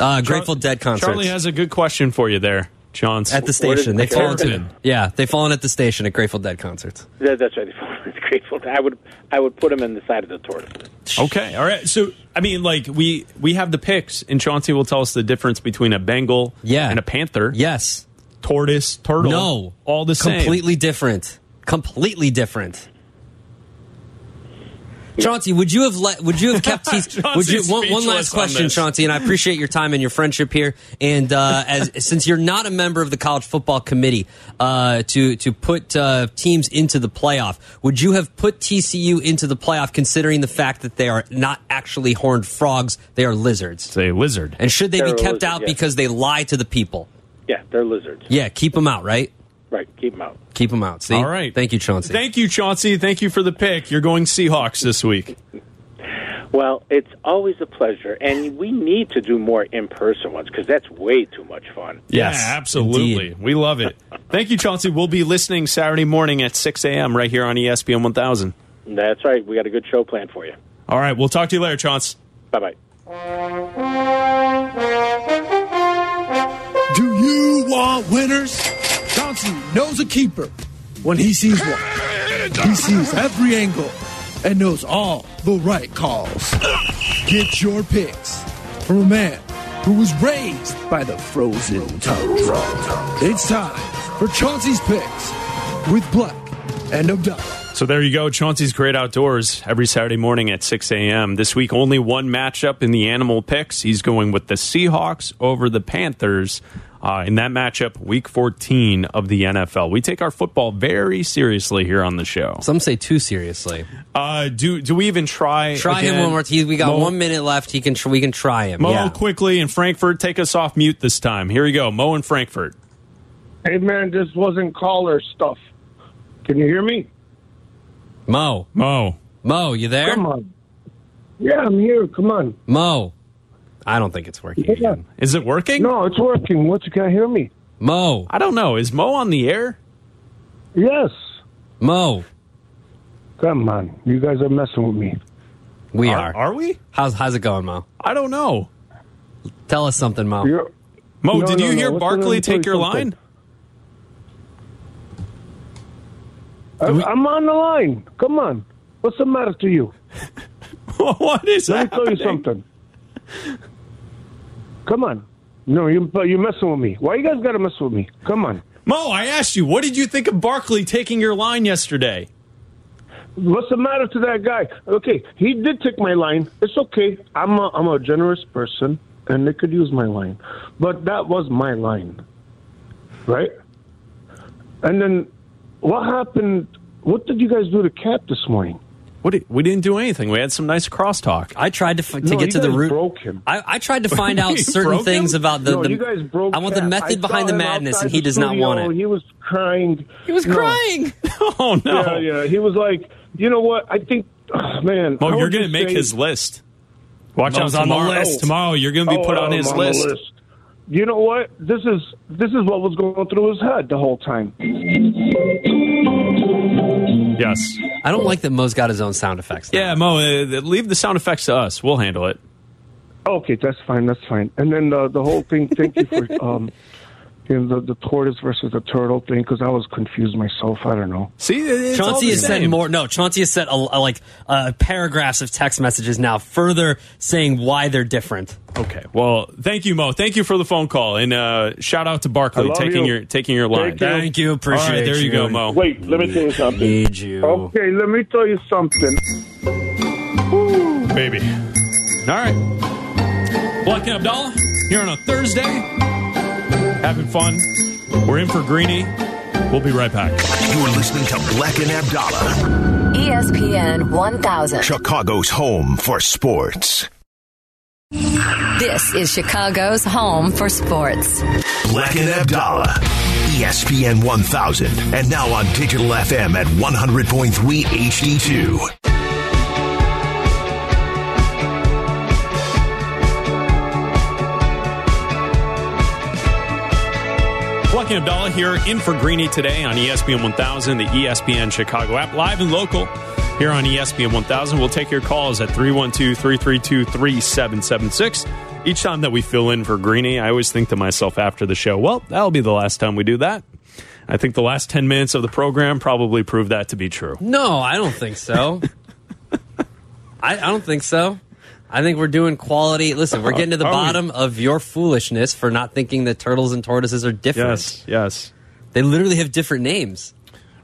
[SPEAKER 2] Uh, Grateful Dead concerts.
[SPEAKER 1] Charlie has a good question for you there, Johns.
[SPEAKER 2] at the
[SPEAKER 12] Where did
[SPEAKER 2] station. They
[SPEAKER 12] the
[SPEAKER 2] fall into
[SPEAKER 1] Turpin?
[SPEAKER 2] yeah, they fallen at the station at Grateful Dead concerts.
[SPEAKER 12] That, that's right. It's grateful. I would I would put them in the side of the tortoise.
[SPEAKER 1] okay, all right. So I mean, like we we have the picks, and Chauncey will tell us the difference between a Bengal
[SPEAKER 2] Yeah.
[SPEAKER 1] and a panther.
[SPEAKER 2] Yes.
[SPEAKER 1] tortoise, turtle.
[SPEAKER 2] No.
[SPEAKER 1] all the same.
[SPEAKER 2] Completely different. completely different. Chauncey, would you have let? Would you have kept? These, would you
[SPEAKER 14] Chauncey's
[SPEAKER 2] one, one
[SPEAKER 14] speechless
[SPEAKER 2] last
[SPEAKER 14] on
[SPEAKER 2] question,
[SPEAKER 14] this.
[SPEAKER 2] Chauncey? And I appreciate your time and your friendship here. And uh, as since you're not a member of the college football committee, uh, to to put uh, teams into the playoff, would you have put TCU into the playoff, considering the fact that they are not actually horned frogs; they are lizards.
[SPEAKER 1] Say lizard.
[SPEAKER 2] And should they
[SPEAKER 12] They're
[SPEAKER 2] be
[SPEAKER 12] a
[SPEAKER 2] kept
[SPEAKER 12] lizard,
[SPEAKER 2] out
[SPEAKER 12] yeah.
[SPEAKER 2] because they lie to the people?
[SPEAKER 12] Yeah, they're lizards.
[SPEAKER 2] Yeah, keep them out. Right,
[SPEAKER 12] Right, keep them out.
[SPEAKER 2] keep them out. See,
[SPEAKER 1] All right.
[SPEAKER 2] Thank you, Chauncey.
[SPEAKER 1] Thank you, Chauncey. Thank you for the pick. You're going Seahawks this week.
[SPEAKER 12] Well, it's always a pleasure, and we need to do more in-person ones because that's way too much fun.
[SPEAKER 1] yeah, absolutely. We love it. Thank you, Chauncey. We'll be listening Saturday morning at 6 a.m. right here on E ESPN 1000.
[SPEAKER 12] That's right. We got a good show planned for you.
[SPEAKER 1] All right. We'll talk to you later, Chaunce.
[SPEAKER 12] Bye bye.
[SPEAKER 7] Do you want winners? Johnson knows a keeper when he sees one. He sees every angle and knows all the right calls. Get your picks from a man who was raised by the frozen tundra. It's time for Chauncey's picks with Black and Abdullah.
[SPEAKER 1] So there you go. Chauncey's Great Outdoors every Saturday morning at 6 a.m. This week, only one matchup in the animal picks. He's going with the Seahawks over the Panthers uh, in that matchup, week 14 of the NFL. We take our football very seriously here on the show.
[SPEAKER 2] Some say too seriously.
[SPEAKER 1] Uh, do do we even try?
[SPEAKER 2] Try him
[SPEAKER 1] again?
[SPEAKER 2] one more time. We got
[SPEAKER 1] Mo-
[SPEAKER 2] one minute left. He can. Tr- we can try him.
[SPEAKER 1] Mo
[SPEAKER 2] yeah.
[SPEAKER 1] quickly in Frankfurt, take us off mute this time. Here we go, Mo in Frankfurt.
[SPEAKER 15] Hey man, this wasn't caller stuff. Can you hear me?
[SPEAKER 2] Mo.
[SPEAKER 1] Mo.
[SPEAKER 2] Mo, you there?
[SPEAKER 15] Come on. Yeah, I'm here. Come on.
[SPEAKER 2] Mo. I don't think it's working. again.
[SPEAKER 1] Is it working?
[SPEAKER 15] No, it's working. What you can hear me?
[SPEAKER 2] Mo.
[SPEAKER 1] I don't know. Is Mo on the air?
[SPEAKER 15] Yes.
[SPEAKER 2] Mo.
[SPEAKER 15] Come on. You guys are messing with me.
[SPEAKER 2] We
[SPEAKER 15] Are-
[SPEAKER 2] are.
[SPEAKER 1] Are we?
[SPEAKER 2] How's How's it going, Mo?
[SPEAKER 1] I don't know.
[SPEAKER 2] Tell us something, Mo.
[SPEAKER 15] You're-
[SPEAKER 1] Mo,
[SPEAKER 2] No,
[SPEAKER 1] did
[SPEAKER 2] no,
[SPEAKER 1] you
[SPEAKER 2] no.
[SPEAKER 1] hear
[SPEAKER 2] What's the
[SPEAKER 1] Barkley
[SPEAKER 2] name?
[SPEAKER 1] take your
[SPEAKER 2] Tell us
[SPEAKER 1] line?
[SPEAKER 15] I, I'm on the line. Come on. What's the matter to you?
[SPEAKER 1] what is
[SPEAKER 15] Let me tell you something. Come on. No, you you messing with me. Why you guys gotta mess with me? Come on.
[SPEAKER 1] Mo, I asked you, what did you think of Barkley taking your line yesterday?
[SPEAKER 15] What's the matter to that guy? Okay, he did take my line. It's okay. I'm a, I'm a generous person, and they could use my line, but that was my line, right? And then, what happened? What did you guys do to Cap this morning?
[SPEAKER 1] What did, we didn't do anything. We had some nice crosstalk.
[SPEAKER 2] I tried to f- to
[SPEAKER 15] No,
[SPEAKER 2] get
[SPEAKER 15] you
[SPEAKER 2] to the
[SPEAKER 15] guys
[SPEAKER 2] root.
[SPEAKER 15] broke him.
[SPEAKER 2] I, I tried to find out
[SPEAKER 15] You
[SPEAKER 2] certain
[SPEAKER 15] broke
[SPEAKER 2] things
[SPEAKER 15] him?
[SPEAKER 2] about Uh, the.
[SPEAKER 15] No,
[SPEAKER 2] the
[SPEAKER 15] you guys broke
[SPEAKER 2] I want the
[SPEAKER 15] Cap. I
[SPEAKER 2] method behind
[SPEAKER 15] saw
[SPEAKER 2] the
[SPEAKER 15] him
[SPEAKER 2] madness,
[SPEAKER 15] outside
[SPEAKER 2] and he
[SPEAKER 15] the
[SPEAKER 2] does not want
[SPEAKER 15] studio.
[SPEAKER 2] it.
[SPEAKER 15] He was crying.
[SPEAKER 2] He was
[SPEAKER 15] No.
[SPEAKER 2] crying.
[SPEAKER 1] Oh no.
[SPEAKER 15] Yeah, yeah. He was like, you know what? I think, oh, man.
[SPEAKER 1] Mo,
[SPEAKER 15] I
[SPEAKER 1] you're going
[SPEAKER 15] would
[SPEAKER 1] to
[SPEAKER 15] just
[SPEAKER 1] make
[SPEAKER 15] say-
[SPEAKER 1] his list. Watch
[SPEAKER 15] Mo's
[SPEAKER 1] out
[SPEAKER 15] on the
[SPEAKER 1] tomorrow.
[SPEAKER 15] list.
[SPEAKER 1] Tomorrow you're going to be
[SPEAKER 15] Oh,
[SPEAKER 1] put on
[SPEAKER 15] I'm
[SPEAKER 1] his
[SPEAKER 15] the
[SPEAKER 1] list.
[SPEAKER 15] You know what? This is this is what was going through his head the whole time.
[SPEAKER 1] Yes.
[SPEAKER 2] I don't like that Mo's got his own sound effects.
[SPEAKER 1] Yeah, Mo, uh, leave the sound effects to us. We'll handle it.
[SPEAKER 15] Okay, that's fine. That's fine. And then the the whole thing. Thank you for um, you know, the the tortoise versus the turtle thing because I was confused myself. I don't know.
[SPEAKER 1] See, it's all
[SPEAKER 2] Chauncey
[SPEAKER 1] the
[SPEAKER 2] has sent
[SPEAKER 1] same.
[SPEAKER 2] more. No, Chauncey has sent a, a- like uh, paragraphs of text messages now, further saying why they're different.
[SPEAKER 1] Okay. Well, thank you, Mo. Thank you for the phone call and uh, shout out to Barkley
[SPEAKER 15] I love
[SPEAKER 1] taking
[SPEAKER 15] you.
[SPEAKER 1] your taking your line.
[SPEAKER 2] Thank you. Appreciate
[SPEAKER 1] All right, there you go, Mo.
[SPEAKER 15] Wait, let me tell you something.
[SPEAKER 2] Need you.
[SPEAKER 15] Okay, let me tell you something.
[SPEAKER 1] baby. All right. Black and Abdallah here on a Thursday. Having fun. We're in for Greeny. We'll be right back.
[SPEAKER 10] You are listening to Black and Abdallah,
[SPEAKER 11] E ESPN 1000.
[SPEAKER 10] Chicago's home for sports.
[SPEAKER 11] This is Chicago's home for sports.
[SPEAKER 10] Black and Abdallah, E ESPN 1000, and now on digital FM at 100.3 HD2.
[SPEAKER 1] Black and Abdallah here in for Greeny today on E ESPN 1000, the E ESPN Chicago app, live and local here on E ESPN 1000. We'll take your calls at 312 332 3776. Each time that we fill in for Greeny, I always think to myself after the show, well, that'll be the last time we do that. I think the last 10 minutes of the program probably proved that to be true.
[SPEAKER 2] No, I don't think so. I, I don't think so. I think we're doing quality. Listen, we're getting to the
[SPEAKER 1] Are we?
[SPEAKER 2] bottom of your foolishness for not thinking that turtles and tortoises are different.
[SPEAKER 1] Yes, yes.
[SPEAKER 2] They literally have different names.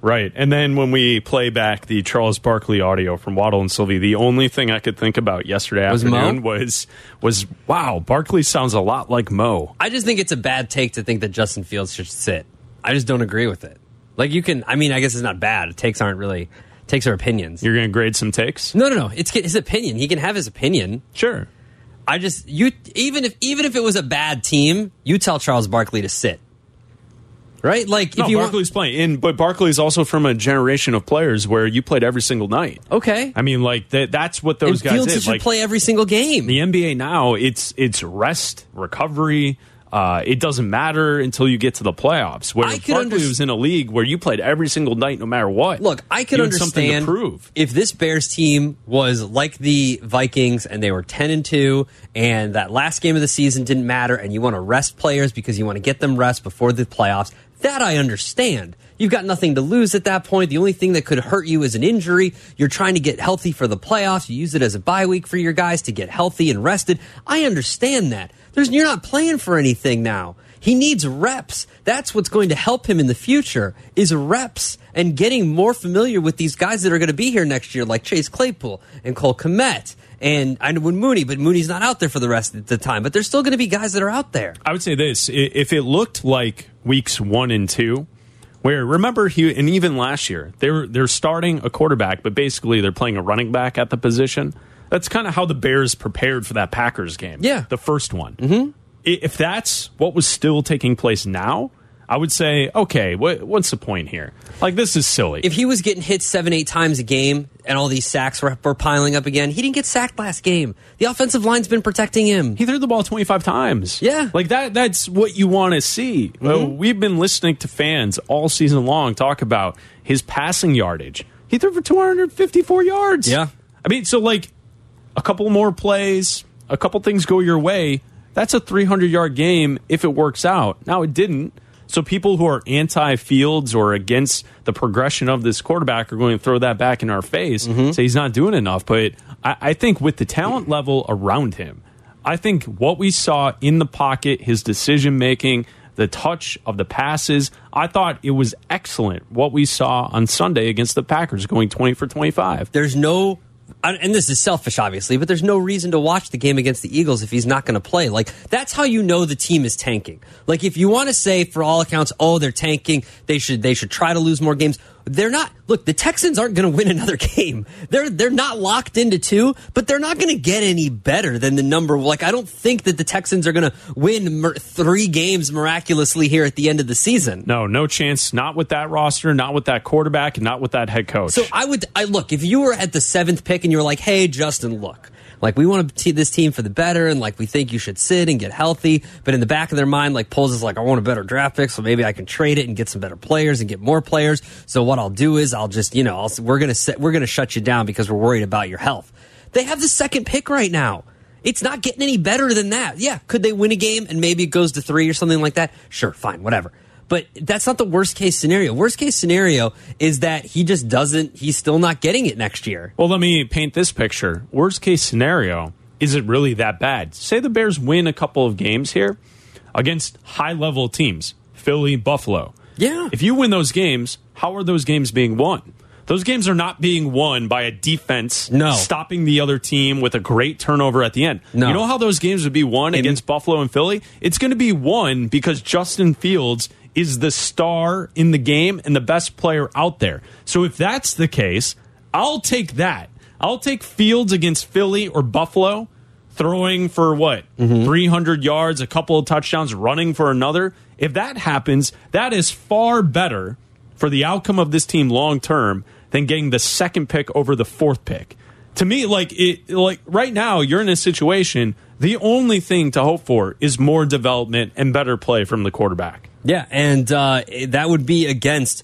[SPEAKER 1] Right. And then when we play back the Charles Barkley audio from Waddle and Sylvie, the only thing I could think about yesterday
[SPEAKER 2] Was Mo?
[SPEAKER 1] afternoon was was wow, Barkley sounds a lot like Mo.
[SPEAKER 2] I just think it's a bad take to think that Justin Fields should sit. I just don't agree with it. Like you can, I mean, I guess it's not bad. Takes aren't really takes are opinions.
[SPEAKER 1] You're going to grade some takes?
[SPEAKER 2] No, no, no. It's his opinion. He can have his opinion.
[SPEAKER 1] Sure.
[SPEAKER 2] I just you even if even if it was a bad team, you tell Charles Barkley to sit. Right? Like
[SPEAKER 1] No,
[SPEAKER 2] if you want-
[SPEAKER 1] Barkley's playing, and, but Barkley's also from a generation of players where you played every single night.
[SPEAKER 2] Okay.
[SPEAKER 1] I mean, like that, that's what those
[SPEAKER 2] And
[SPEAKER 1] guys
[SPEAKER 2] Fields
[SPEAKER 1] did.
[SPEAKER 2] should
[SPEAKER 1] Like,
[SPEAKER 2] play every single game.
[SPEAKER 1] The NBA now, it's it's rest, recovery. Uh, it doesn't matter until you get to the playoffs. Where
[SPEAKER 2] I
[SPEAKER 1] Barkley
[SPEAKER 2] could underst-
[SPEAKER 1] was in a league where you played every single night, no matter what.
[SPEAKER 2] Look, I could
[SPEAKER 1] You had something to
[SPEAKER 2] understand
[SPEAKER 1] prove.
[SPEAKER 2] if this Bears team was like the Vikings and they were 10 and 2 and that last game of the season didn't matter and you want to rest players because you want to get them rest before the playoffs. That I understand. You've got nothing to lose at that point. The only thing that could hurt you is an injury. You're trying to get healthy for the playoffs. You use it as a bye week for your guys to get healthy and rested. I understand that. There's you're not playing for anything now. He needs reps. That's what's going to help him in the future is reps and getting more familiar with these guys that are going to be here next year, like Chase Claypool and Cole Komet and I know when Mooney, but Mooney's not out there for the rest of the time. But there's still going to be guys that are out there.
[SPEAKER 1] I would say this: i- if it looked like weeks one and two, where remember he and even last year they're they're starting a quarterback, but basically they're playing a running back at the position. That's kind of how the Bears prepared for that Packers game. Yeah, the first one. Mm-hmm. If that's what was still taking place now, I would say, okay, what, what's the point here? Like this is silly.
[SPEAKER 2] If he was getting hit seven, eight times a game and all these sacks were, were piling up again, he didn't get sacked last game. The offensive line's been protecting him.
[SPEAKER 1] He threw the ball 25 times. Yeah. Mm-hmm. Like that that's what you want to see. Well, we've been listening to fans all season long talk about his passing yardage. He threw for 254 yards. Yeah. I mean, so like a couple more plays, a couple things go your way, that's a 300-yard game if it works out. Now it didn't. So people who are anti-fields or against the progression of this quarterback are going to throw that back in our face, say he's not doing enough. But I, I think with the talent level around him, I think what we saw in the pocket, his decision making, the touch of the passes, I thought it was excellent what we saw on Sunday against the Packers going 20 for 25.
[SPEAKER 2] There's no, I- and this is selfish, obviously, but there's no reason to watch the game against the Eagles if he's not going to play. Like, that's how you know the team is tanking. Like, if you want to say, for all accounts, oh, they're tanking, they should, they should try to lose more games. They're not, look, the Texans aren't going to win another game. They're, they're not locked into two, but they're not going to get any better than the number. Like, I don't think that the Texans are going to win mir- three games miraculously here at the end of the season.
[SPEAKER 1] No, no chance. Not with that roster, not with that quarterback, and not with that head coach.
[SPEAKER 2] So I would, I look if you were at the seventh pick and you were like, "Hey, Justin, look, like we want to this team for the better, and like we think you should sit and get healthy." But in the back of their mind, like Poles is like, "I want a better draft pick, so maybe I can trade it and get some better players and get more players." So what I'll do is I'll just, you know, I'll, we're gonna set, we're gonna shut you down because we're worried about your health. They have the second pick right now. It's not getting any better than that. Yeah, could they win a game and maybe it goes to three or something like that? Sure, fine, whatever. But that's not the worst case scenario. Worst case scenario is that he just doesn't, he's still not getting it next year.
[SPEAKER 1] Well, let me paint this picture. Worst case scenario, is it really that bad? Say the Bears win a couple of games here against high level teams, Philly, Buffalo. Yeah. If you win those games, how are those games being won? Those games are not being won by a defense
[SPEAKER 2] No.
[SPEAKER 1] stopping the other team with a great turnover at the end.
[SPEAKER 2] No.
[SPEAKER 1] You know how those games would be won against Buffalo and Philly? It's going to be won because Justin Fields is the star in the game and the best player out there. So if that's the case, I'll take that. I'll take Fields against Philly or Buffalo throwing for what? 300 yards, a couple of touchdowns, running for another. If that happens, that is far better for the outcome of this team long term than getting the second pick over the fourth pick. To me, like it, like right now, you're in a situation. The only thing to hope for is more development and better play from the quarterback.
[SPEAKER 2] Yeah, and uh, that would be against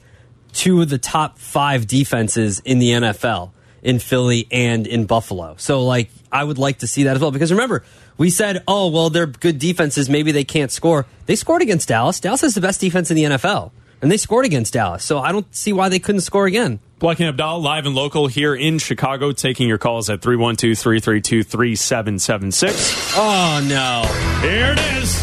[SPEAKER 2] two of the top five defenses in the NFL in Philly and in Buffalo. So, like, I would like to see that as well. Because remember, we said, oh, well, they're good defenses. Maybe they can't score. They scored against Dallas. Dallas has the best defense in the NFL, and they scored against Dallas. So, I don't see why they couldn't score again.
[SPEAKER 1] Black and Abdal, live and local here in Chicago, taking your calls at 312 332 3776.
[SPEAKER 2] Oh, no.
[SPEAKER 1] Here it is.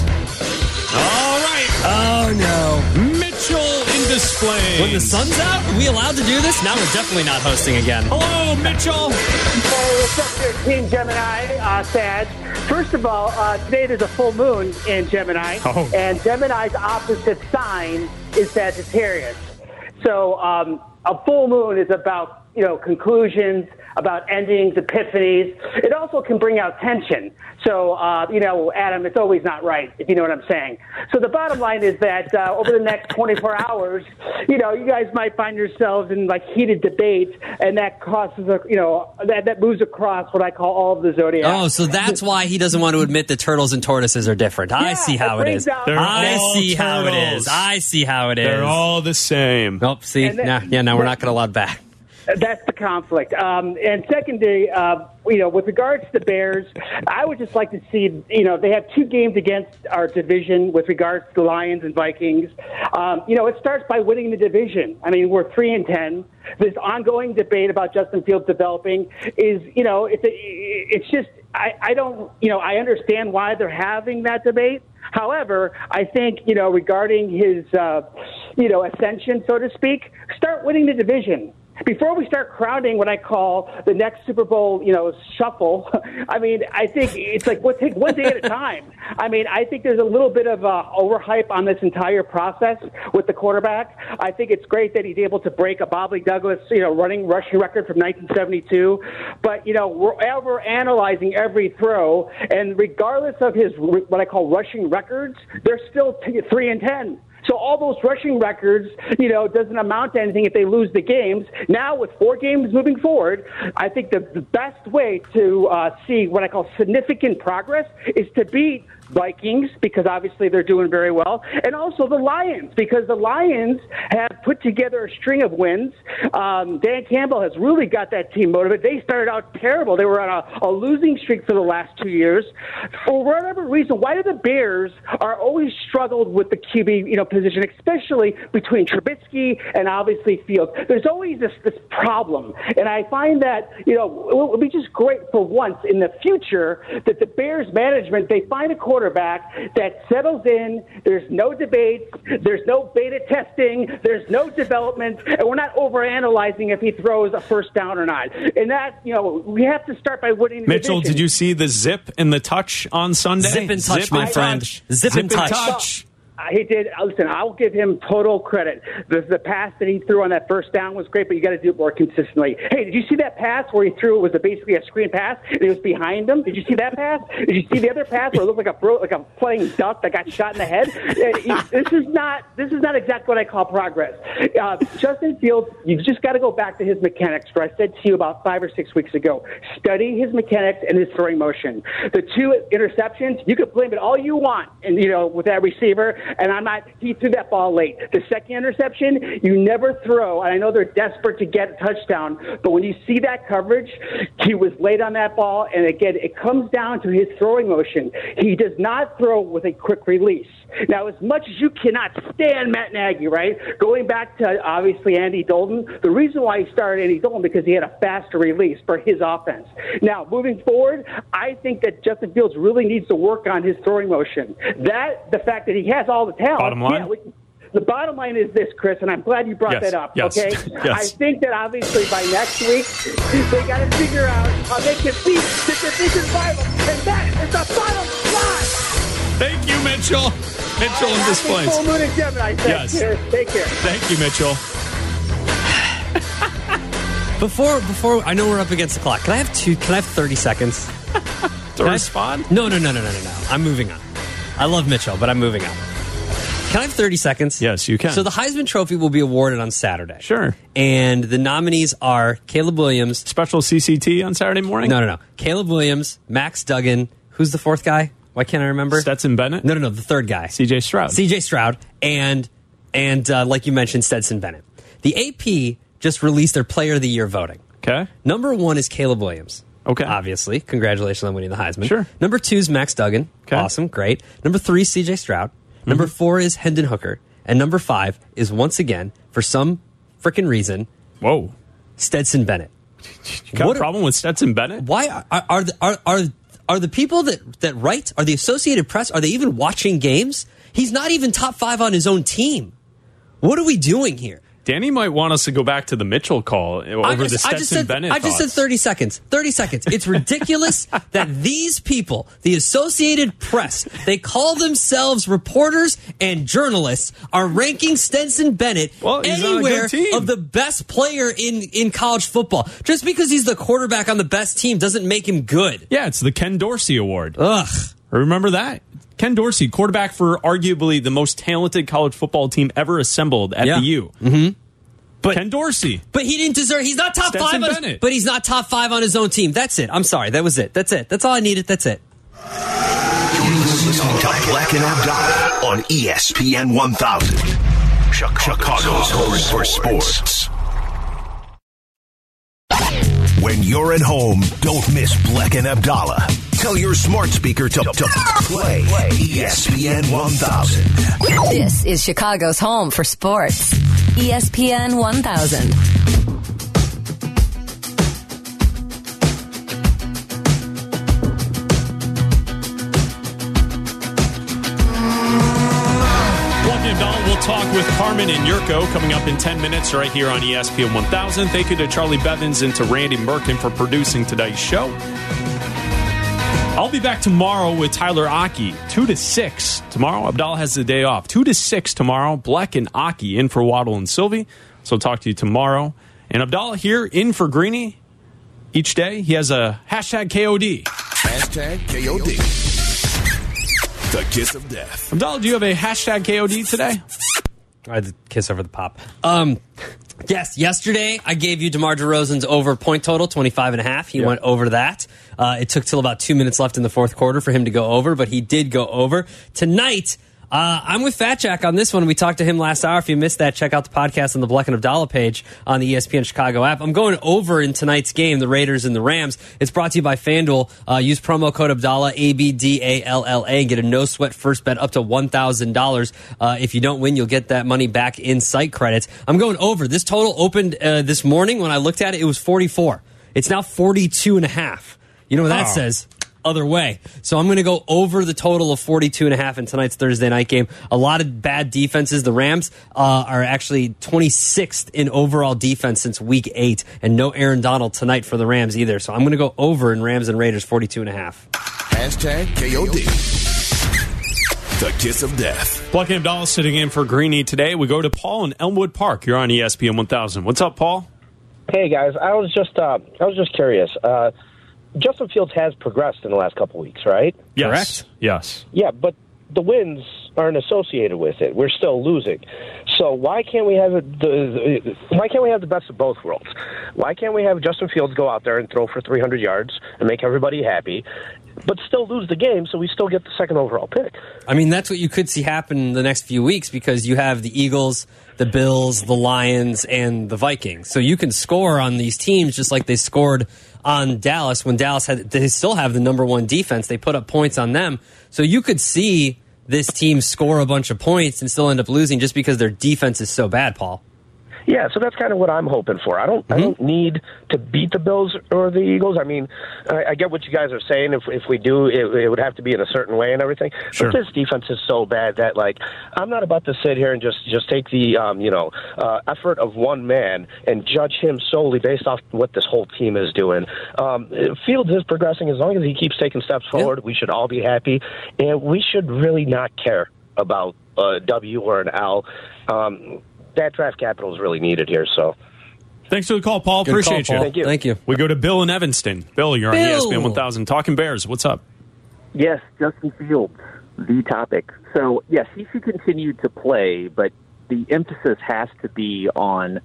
[SPEAKER 1] All right.
[SPEAKER 9] Oh, no.
[SPEAKER 1] Mitchell in displays.
[SPEAKER 2] When the sun's out, are we allowed to do this? Now we're definitely not hosting again.
[SPEAKER 1] Hello, Mitchell.
[SPEAKER 14] Hey, what's up there, Team Gemini, uh, Sag? First of all, uh, today there's a full moon in Gemini,
[SPEAKER 16] Oh.
[SPEAKER 14] and Gemini's opposite sign is Sagittarius. So um, a full moon is about, you know, conclusions, about endings, epiphanies. It also can bring out tension. So, uh, you know, Adam, it's always not right, if you know what I'm saying. So the bottom line is that uh, over the next 24 hours, you know, you guys might find yourselves in like heated debates, and that crosses, a, you know, that, that moves across what I call all of the zodiac.
[SPEAKER 2] Oh, so that's why he doesn't want to admit that turtles and tortoises are different. I see how it
[SPEAKER 14] it brings
[SPEAKER 2] is.
[SPEAKER 14] out- They're
[SPEAKER 2] I
[SPEAKER 14] all
[SPEAKER 2] see how it
[SPEAKER 14] turtles.
[SPEAKER 2] is. I see how it is.
[SPEAKER 1] They're all the same.
[SPEAKER 2] Nope. See,
[SPEAKER 14] And then-
[SPEAKER 2] nah, yeah, now we're not going to allow it back.
[SPEAKER 14] That's the conflict. Um, and secondly, uh, you know, with regards to the Bears, I would just like to see, you know, they have two games against our division with regards to the Lions and Vikings. Um, you know, it starts by winning the division. I mean, we're three and ten. This ongoing debate about Justin Fields developing is, you know, it's a, it's just I, I don't, you know, I understand why they're having that debate. However, I think, you know, regarding his, uh, you know, ascension, so to speak, start winning the division. Before we start crowding what I call the next Super Bowl, you know, shuffle, I mean, I think it's like we'll take one day at a time. I mean, I think there's a little bit of uh, overhype on this entire process with the quarterback. I think it's great that he's able to break a Bobby Douglas, you know, running rushing record from 1972. But you know, we're ever analyzing every throw, and regardless of his r- what I call rushing records, they're still t- three and ten. So all those rushing records, you know, doesn't amount to anything if they lose the games. Now with four games moving forward, I think the, the best way to uh, see what I call significant progress is to beat Vikings because obviously they're doing very well, and also the Lions because the Lions have put together a string of wins. Um, Dan Campbell has really got that team motivated. They started out terrible; they were on a, a losing streak for the last two years. For whatever reason, why do the Bears are always struggled with the QB you know position, especially between Trubisky and obviously Fields? There's always this this problem, and I find that you know it would be just great for once in the future that the Bears management they find a quarterback that settles in. There's no debates. There's no beta testing. There's no development, and we're not overanalyzing if he throws a first down or not. And that you know we have to start by winning. the
[SPEAKER 1] Mitchell,
[SPEAKER 14] division.
[SPEAKER 1] did you see the zip and the touch on Sunday?
[SPEAKER 2] Zip and touch, my friend.
[SPEAKER 1] touch.
[SPEAKER 2] Zip and touch.
[SPEAKER 14] Uh, He did. uh, Listen, I'll give him total credit. The, the pass that he threw on that first down was great, but you got to do it more consistently. Hey, did you see that pass where he threw it was a, basically a screen pass and it was behind him? Did you see that pass? Did you see the other pass where it looked like a bro, like a playing duck that got shot in the head? Uh, he- this is not this is not exactly what I call progress. Uh, Justin Fields, you just got to go back to his mechanics. Where I said to you about five or six weeks ago, study his mechanics and his throwing motion. The two interceptions, you could blame it all you want, and you know with that receiver. And I'm not. He threw that ball late. The second interception, you never throw. And I know they're desperate to get a touchdown, but when you see that coverage, he was late on that ball. And again, it comes down to his throwing motion. He does not throw with a quick release. Now, as much as you cannot stand Matt Nagy, right? Going back to obviously Andy Dalton, the reason why he started Andy Dalton because he had a faster release for his offense. Now, moving forward, I think that Justin Fields really needs to work on his throwing motion. That the fact that he has all the talent.
[SPEAKER 1] Bottom line?
[SPEAKER 14] Yeah, we- the bottom line is this, Chris, and I'm glad you brought
[SPEAKER 1] Yes,
[SPEAKER 14] that up.
[SPEAKER 1] yes,
[SPEAKER 14] Okay,
[SPEAKER 1] yes.
[SPEAKER 14] I think that obviously by next week they got to figure out how they can beat the division rival, and that is the bottom line.
[SPEAKER 1] Thank you, Mitchell. Mitchell and displays.
[SPEAKER 14] Full moon in Gemini. Thank
[SPEAKER 1] Yes.
[SPEAKER 14] you. Take care.
[SPEAKER 1] Thank you, Mitchell.
[SPEAKER 2] Before, before I know we're up against the clock. Can I have two? Can I have thirty seconds?
[SPEAKER 1] to respond?
[SPEAKER 2] No, no, no, no, no, no, no. I'm moving on. I love Mitchell, but I'm moving on. Can I have thirty seconds?
[SPEAKER 1] Yes, you can.
[SPEAKER 2] So the Heisman Trophy will be awarded on Saturday.
[SPEAKER 1] Sure.
[SPEAKER 2] And the nominees are Caleb Williams.
[SPEAKER 1] Special CCT on Saturday morning?
[SPEAKER 2] No, no, no. Caleb Williams, Max Duggan. Who's the fourth guy? Why can't I remember?
[SPEAKER 1] Stetson Bennett?
[SPEAKER 2] No, no, no. The third guy.
[SPEAKER 1] CJ Stroud.
[SPEAKER 2] CJ Stroud. And, and uh, like you mentioned, Stetson Bennett. The AP just released their Player of the Year voting.
[SPEAKER 1] Okay.
[SPEAKER 2] Number one is Caleb Williams.
[SPEAKER 1] Okay.
[SPEAKER 2] Obviously. Congratulations on winning the Heisman. Sure. Number two is Max Duggan. Okay. Awesome. Great. Number three, CJ Stroud.
[SPEAKER 1] Mm-hmm.
[SPEAKER 2] Number four is Hendon Hooker. And number five is once again, for some freaking reason,
[SPEAKER 1] whoa,
[SPEAKER 2] Stetson Bennett.
[SPEAKER 1] You got a problem with Stetson Bennett?
[SPEAKER 2] Why are are the, are, are are the people that that write are the Associated Press are they even watching games? He's not even top five on his own team. What are we doing here?
[SPEAKER 1] Danny might want us to go back to the Mitchell call over
[SPEAKER 2] I
[SPEAKER 1] the
[SPEAKER 2] just, I
[SPEAKER 1] Stetson
[SPEAKER 2] just said,
[SPEAKER 1] Bennett.
[SPEAKER 2] I just said
[SPEAKER 1] thoughts.
[SPEAKER 2] 30 seconds. 30 seconds. It's ridiculous that these people, the Associated Press, they call themselves reporters and journalists, are ranking Stenson Bennett
[SPEAKER 1] he's on a good
[SPEAKER 2] anywhere
[SPEAKER 1] team.
[SPEAKER 2] of the best player in, in college football. Just because he's the quarterback on the best team doesn't make him good.
[SPEAKER 1] Yeah, it's the Ken Dorsey Award. Ugh. Remember that? Ken Dorsey, quarterback for arguably the most talented college football team ever assembled at the U. Mm-hmm. But Ken Dorsey.
[SPEAKER 2] But he didn't deserve. He's not top
[SPEAKER 1] Stetson
[SPEAKER 2] five. On,
[SPEAKER 1] Bennett.
[SPEAKER 2] but he's not top five on his own team. That's it. I'm sorry. That was it. That's it. That's all I needed. That's it.
[SPEAKER 10] You're listening to Black and Abdallah on E ESPN 1000, Chicago's, source for sports. When you're at home, don't miss Black and Abdallah. Tell your smart speaker to, to play E ESPN 1000.
[SPEAKER 11] This is Chicago's home for sports. E ESPN 1000.
[SPEAKER 1] Black and Abdallah will talk with Carmen and Yurko coming up in 10 minutes right here on E ESPN 1000. Thank you to Charlie Bevins and to Randy Merkin for producing today's show. I'll be back tomorrow with Tyler Aki, 2 to 6. Tomorrow, Abdallah has the day off. 2 to 6 tomorrow. Black and Aki in for Waddle and Sylvie. So I'll talk to you tomorrow. And Abdallah here in for Greeny. Each day, he has a hashtag KOD.
[SPEAKER 10] Hashtag KOD. The kiss of death.
[SPEAKER 1] Abdallah, do you have a hashtag KOD today?
[SPEAKER 2] I had to kiss over the pop. Um, yes, yesterday I gave you DeMar DeRozan's over point total, 25 and a half. He went over that. Uh, it took till about two minutes left in the fourth quarter for him to go over, but he did go over. Tonight, uh, I'm with Fat Jack on this one. We talked to him last hour. If you missed that, check out the podcast on the Black and Abdallah page on the E ESPN Chicago app. I'm going over in tonight's game, the Raiders and the Rams. It's brought to you by FanDuel. Uh, use promo code Abdallah, A B D A L L A, and get a no sweat first bet up to $1,000. Uh, if you don't win, you'll get that money back in site credits. I'm going over. This total opened uh, this morning. When I looked at it, it was 44. It's now 42 and a half. You know what that
[SPEAKER 16] Oh.
[SPEAKER 2] says? Other way. So I'm going to go over the total of 42 and a half in tonight's Thursday night game. A lot of bad defenses. The Rams uh, are actually 26th in overall defense since week eight, and no Aaron Donald tonight for the Rams either. So I'm going to go over in Rams and Raiders 42 and a half.
[SPEAKER 10] Hashtag KOD. The kiss of death.
[SPEAKER 1] Black and Abdallah sitting in for Greeny today. We go to Paul in Elmwood Park. You're on E ESPN 1000. What's up, Paul?
[SPEAKER 17] Hey guys, I was just uh, I was just curious. Uh, Justin Fields has progressed in the last couple weeks, right?
[SPEAKER 1] Yes. Correct? Yes.
[SPEAKER 17] Yeah, but the wins aren't associated with it. We're still losing. So why can't we have it- the, the why can't we have the best of both worlds? Why can't we have Justin Fields go out there and throw for 300 yards and make everybody happy, but still lose the game so we still get the second overall pick?
[SPEAKER 2] I mean, that's what you could see happen in the next few weeks because you have the Eagles, the Bills, the Lions, and the Vikings. So you can score on these teams just like they scored on Dallas when Dallas had, they still have the number one defense. They put up points on them. So you could see this team score a bunch of points and still end up losing just because their defense is so bad, Paul.
[SPEAKER 17] Yeah, so that's kind of what I'm hoping for. I don't I don't need to beat the Bills or the Eagles. I mean, I, I get what you guys are saying. If if we do, it, it would have to be in a certain way and everything.
[SPEAKER 18] Sure.
[SPEAKER 17] But this defense is so bad that like I'm not about to sit here and just just take the um, you know uh, effort of one man and judge him solely based off what this whole team is doing. Um, Fields is progressing as long as he keeps taking steps forward. We should all be happy, and we should really not care about a W or an L. Um, that draft capital is really needed here. So
[SPEAKER 1] Thanks for the call, Paul.
[SPEAKER 17] Good call,
[SPEAKER 1] Appreciate
[SPEAKER 17] Paul.
[SPEAKER 1] you.
[SPEAKER 17] Thank you. Thank you.
[SPEAKER 1] We go to Bill in Evanston. Bill, you're
[SPEAKER 5] Bill.
[SPEAKER 1] on E ESPN 1000. Talking Bears. What's up?
[SPEAKER 5] Yes, Justin Fields, the topic. So, yes, he should continue to play, but the emphasis has to be on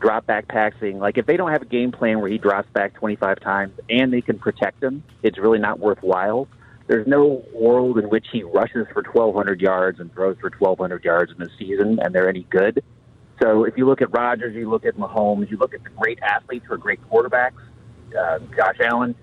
[SPEAKER 5] drop back passing. Like, if they don't have a game plan where he drops back 25 times and they can protect him, it's really not worthwhile. There's no world in which he rushes for 1,200 yards and throws for 1,200 yards in the season and they're any good. So, if you look at Rodgers, you look at Mahomes, you look at the great athletes who are great quarterbacks, uh, Josh Allen,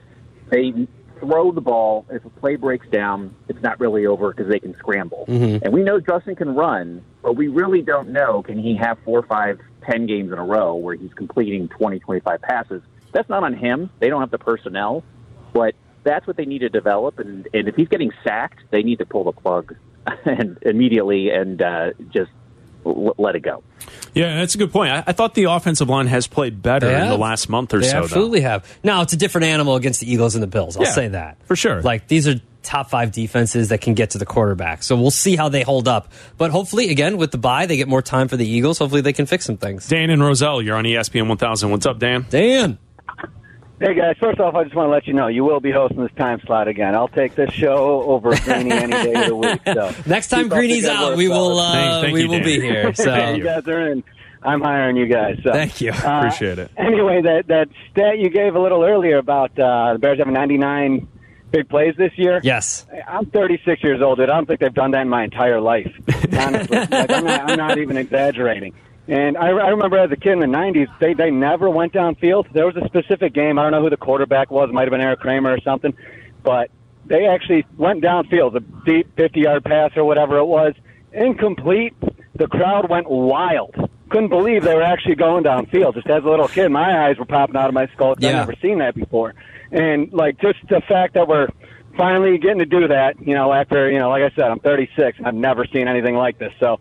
[SPEAKER 5] they throw the ball. If a play breaks down, it's not really over because they can scramble.
[SPEAKER 7] Mm-hmm.
[SPEAKER 6] Mm-hmm.
[SPEAKER 19] Mhm.
[SPEAKER 5] And we know Justin can run, but we really don't know can he have four, five, ten games in a row where he's completing twenty, twenty-five passes. That's not on him. They don't have the personnel, but that's what they need to develop. And, and if he's getting sacked, they need to pull the plug and immediately and uh, just l- let it go.
[SPEAKER 1] Yeah, that's a good point. I, I thought the offensive line has played better
[SPEAKER 2] They
[SPEAKER 1] in the
[SPEAKER 2] have.
[SPEAKER 1] last month or
[SPEAKER 2] they
[SPEAKER 1] so. though.
[SPEAKER 2] absolutely have. Now it's a different animal against the Eagles and the Bills. I'll
[SPEAKER 1] Yeah,
[SPEAKER 2] say that
[SPEAKER 1] for sure.
[SPEAKER 2] Like these are top five defenses that can get to the quarterback. So we'll see how they hold up. But hopefully, again with the bye, they get more time for the Eagles. Hopefully, they can fix some things.
[SPEAKER 1] Dan and Roselle, you're on E ESPN 1000. What's up, Dan?
[SPEAKER 2] Dan.
[SPEAKER 16] Hey guys, first off, I just want to let you know you will be hosting this time slot again. I'll take this show over Greeny any day of the week. So
[SPEAKER 2] Next time
[SPEAKER 16] Keep up the
[SPEAKER 2] Greeny's
[SPEAKER 16] good
[SPEAKER 2] out,
[SPEAKER 16] work,
[SPEAKER 2] we will,
[SPEAKER 16] fellas.
[SPEAKER 2] uh, Thank- thank we you, will Dan. be here, so- Thank
[SPEAKER 16] you
[SPEAKER 2] you.
[SPEAKER 16] guys are in. I'm hiring you guys. So.
[SPEAKER 2] Thank you.
[SPEAKER 16] Uh,
[SPEAKER 1] Appreciate it.
[SPEAKER 16] Anyway, that that stat you gave a little earlier about uh, the Bears having 99 big plays this year.
[SPEAKER 2] Yes.
[SPEAKER 16] I'm 36 years old, dude. I don't think they've done that in my entire life. Honestly, like, I'm, not, I'm not even exaggerating. And I, I remember as a kid in the 90s, they, they never went downfield. There was a specific game. I don't know who the quarterback was. It might have been Eric Kramer or something. But they actually went downfield, a deep 50 yard pass or whatever it was. Incomplete. The crowd went wild. Couldn't believe they were actually going downfield. Just as a little kid, my eyes were popping out of my skull. 'cause
[SPEAKER 2] Yeah.
[SPEAKER 16] I've never seen that before. And, like, just the fact that we're finally getting to do that, you know, after, you know, like I said, I'm 36. I've never seen anything like this. So,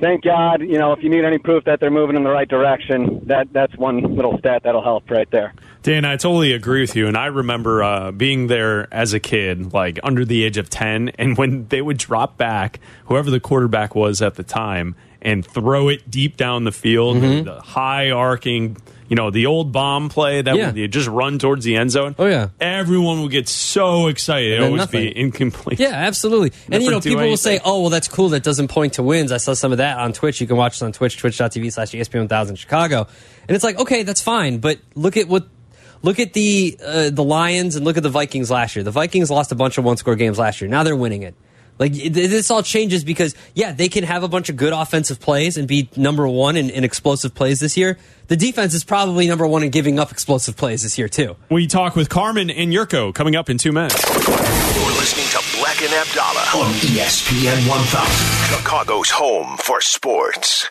[SPEAKER 16] thank God, you know, if you need any proof that they're moving in the right direction, that that's one little stat that'll help right there.
[SPEAKER 1] Dan, I totally agree with you. And I remember uh, being there as a kid, like under the age of 10. And when they would drop back, whoever the quarterback was at the time, and throw it deep down the field,
[SPEAKER 2] Mm-hmm.
[SPEAKER 1] and the high arcing, you know, the old bomb play that
[SPEAKER 2] Yeah.
[SPEAKER 1] would you just run towards the end zone. Oh, yeah. Everyone would get so excited. It
[SPEAKER 2] And then
[SPEAKER 1] always
[SPEAKER 2] nothing.
[SPEAKER 1] be incomplete.
[SPEAKER 2] Yeah, absolutely. And
[SPEAKER 1] Never
[SPEAKER 2] you know,
[SPEAKER 1] do
[SPEAKER 2] people will say,
[SPEAKER 1] anything.
[SPEAKER 2] "Oh, well, that's cool. That doesn't point to wins." I saw some of that on Twitch. You can watch it on Twitch, twitch.tv slash E ESPN One Thousand Chicago. And it's like, okay, that's fine, but look at what. Look at the uh, the Lions and look at the Vikings last year. The Vikings lost a bunch of one score games last year. Now they're winning it. Like it- this all changes because yeah, they can have a bunch of good offensive plays and be number one in, in explosive plays this year. The defense is probably number one in giving up explosive plays this year too.
[SPEAKER 1] We talk with Carmen and Yurko coming up in two minutes.
[SPEAKER 10] You're listening to E Black and Abdallah on ESPN 1000, Chicago's home for sports.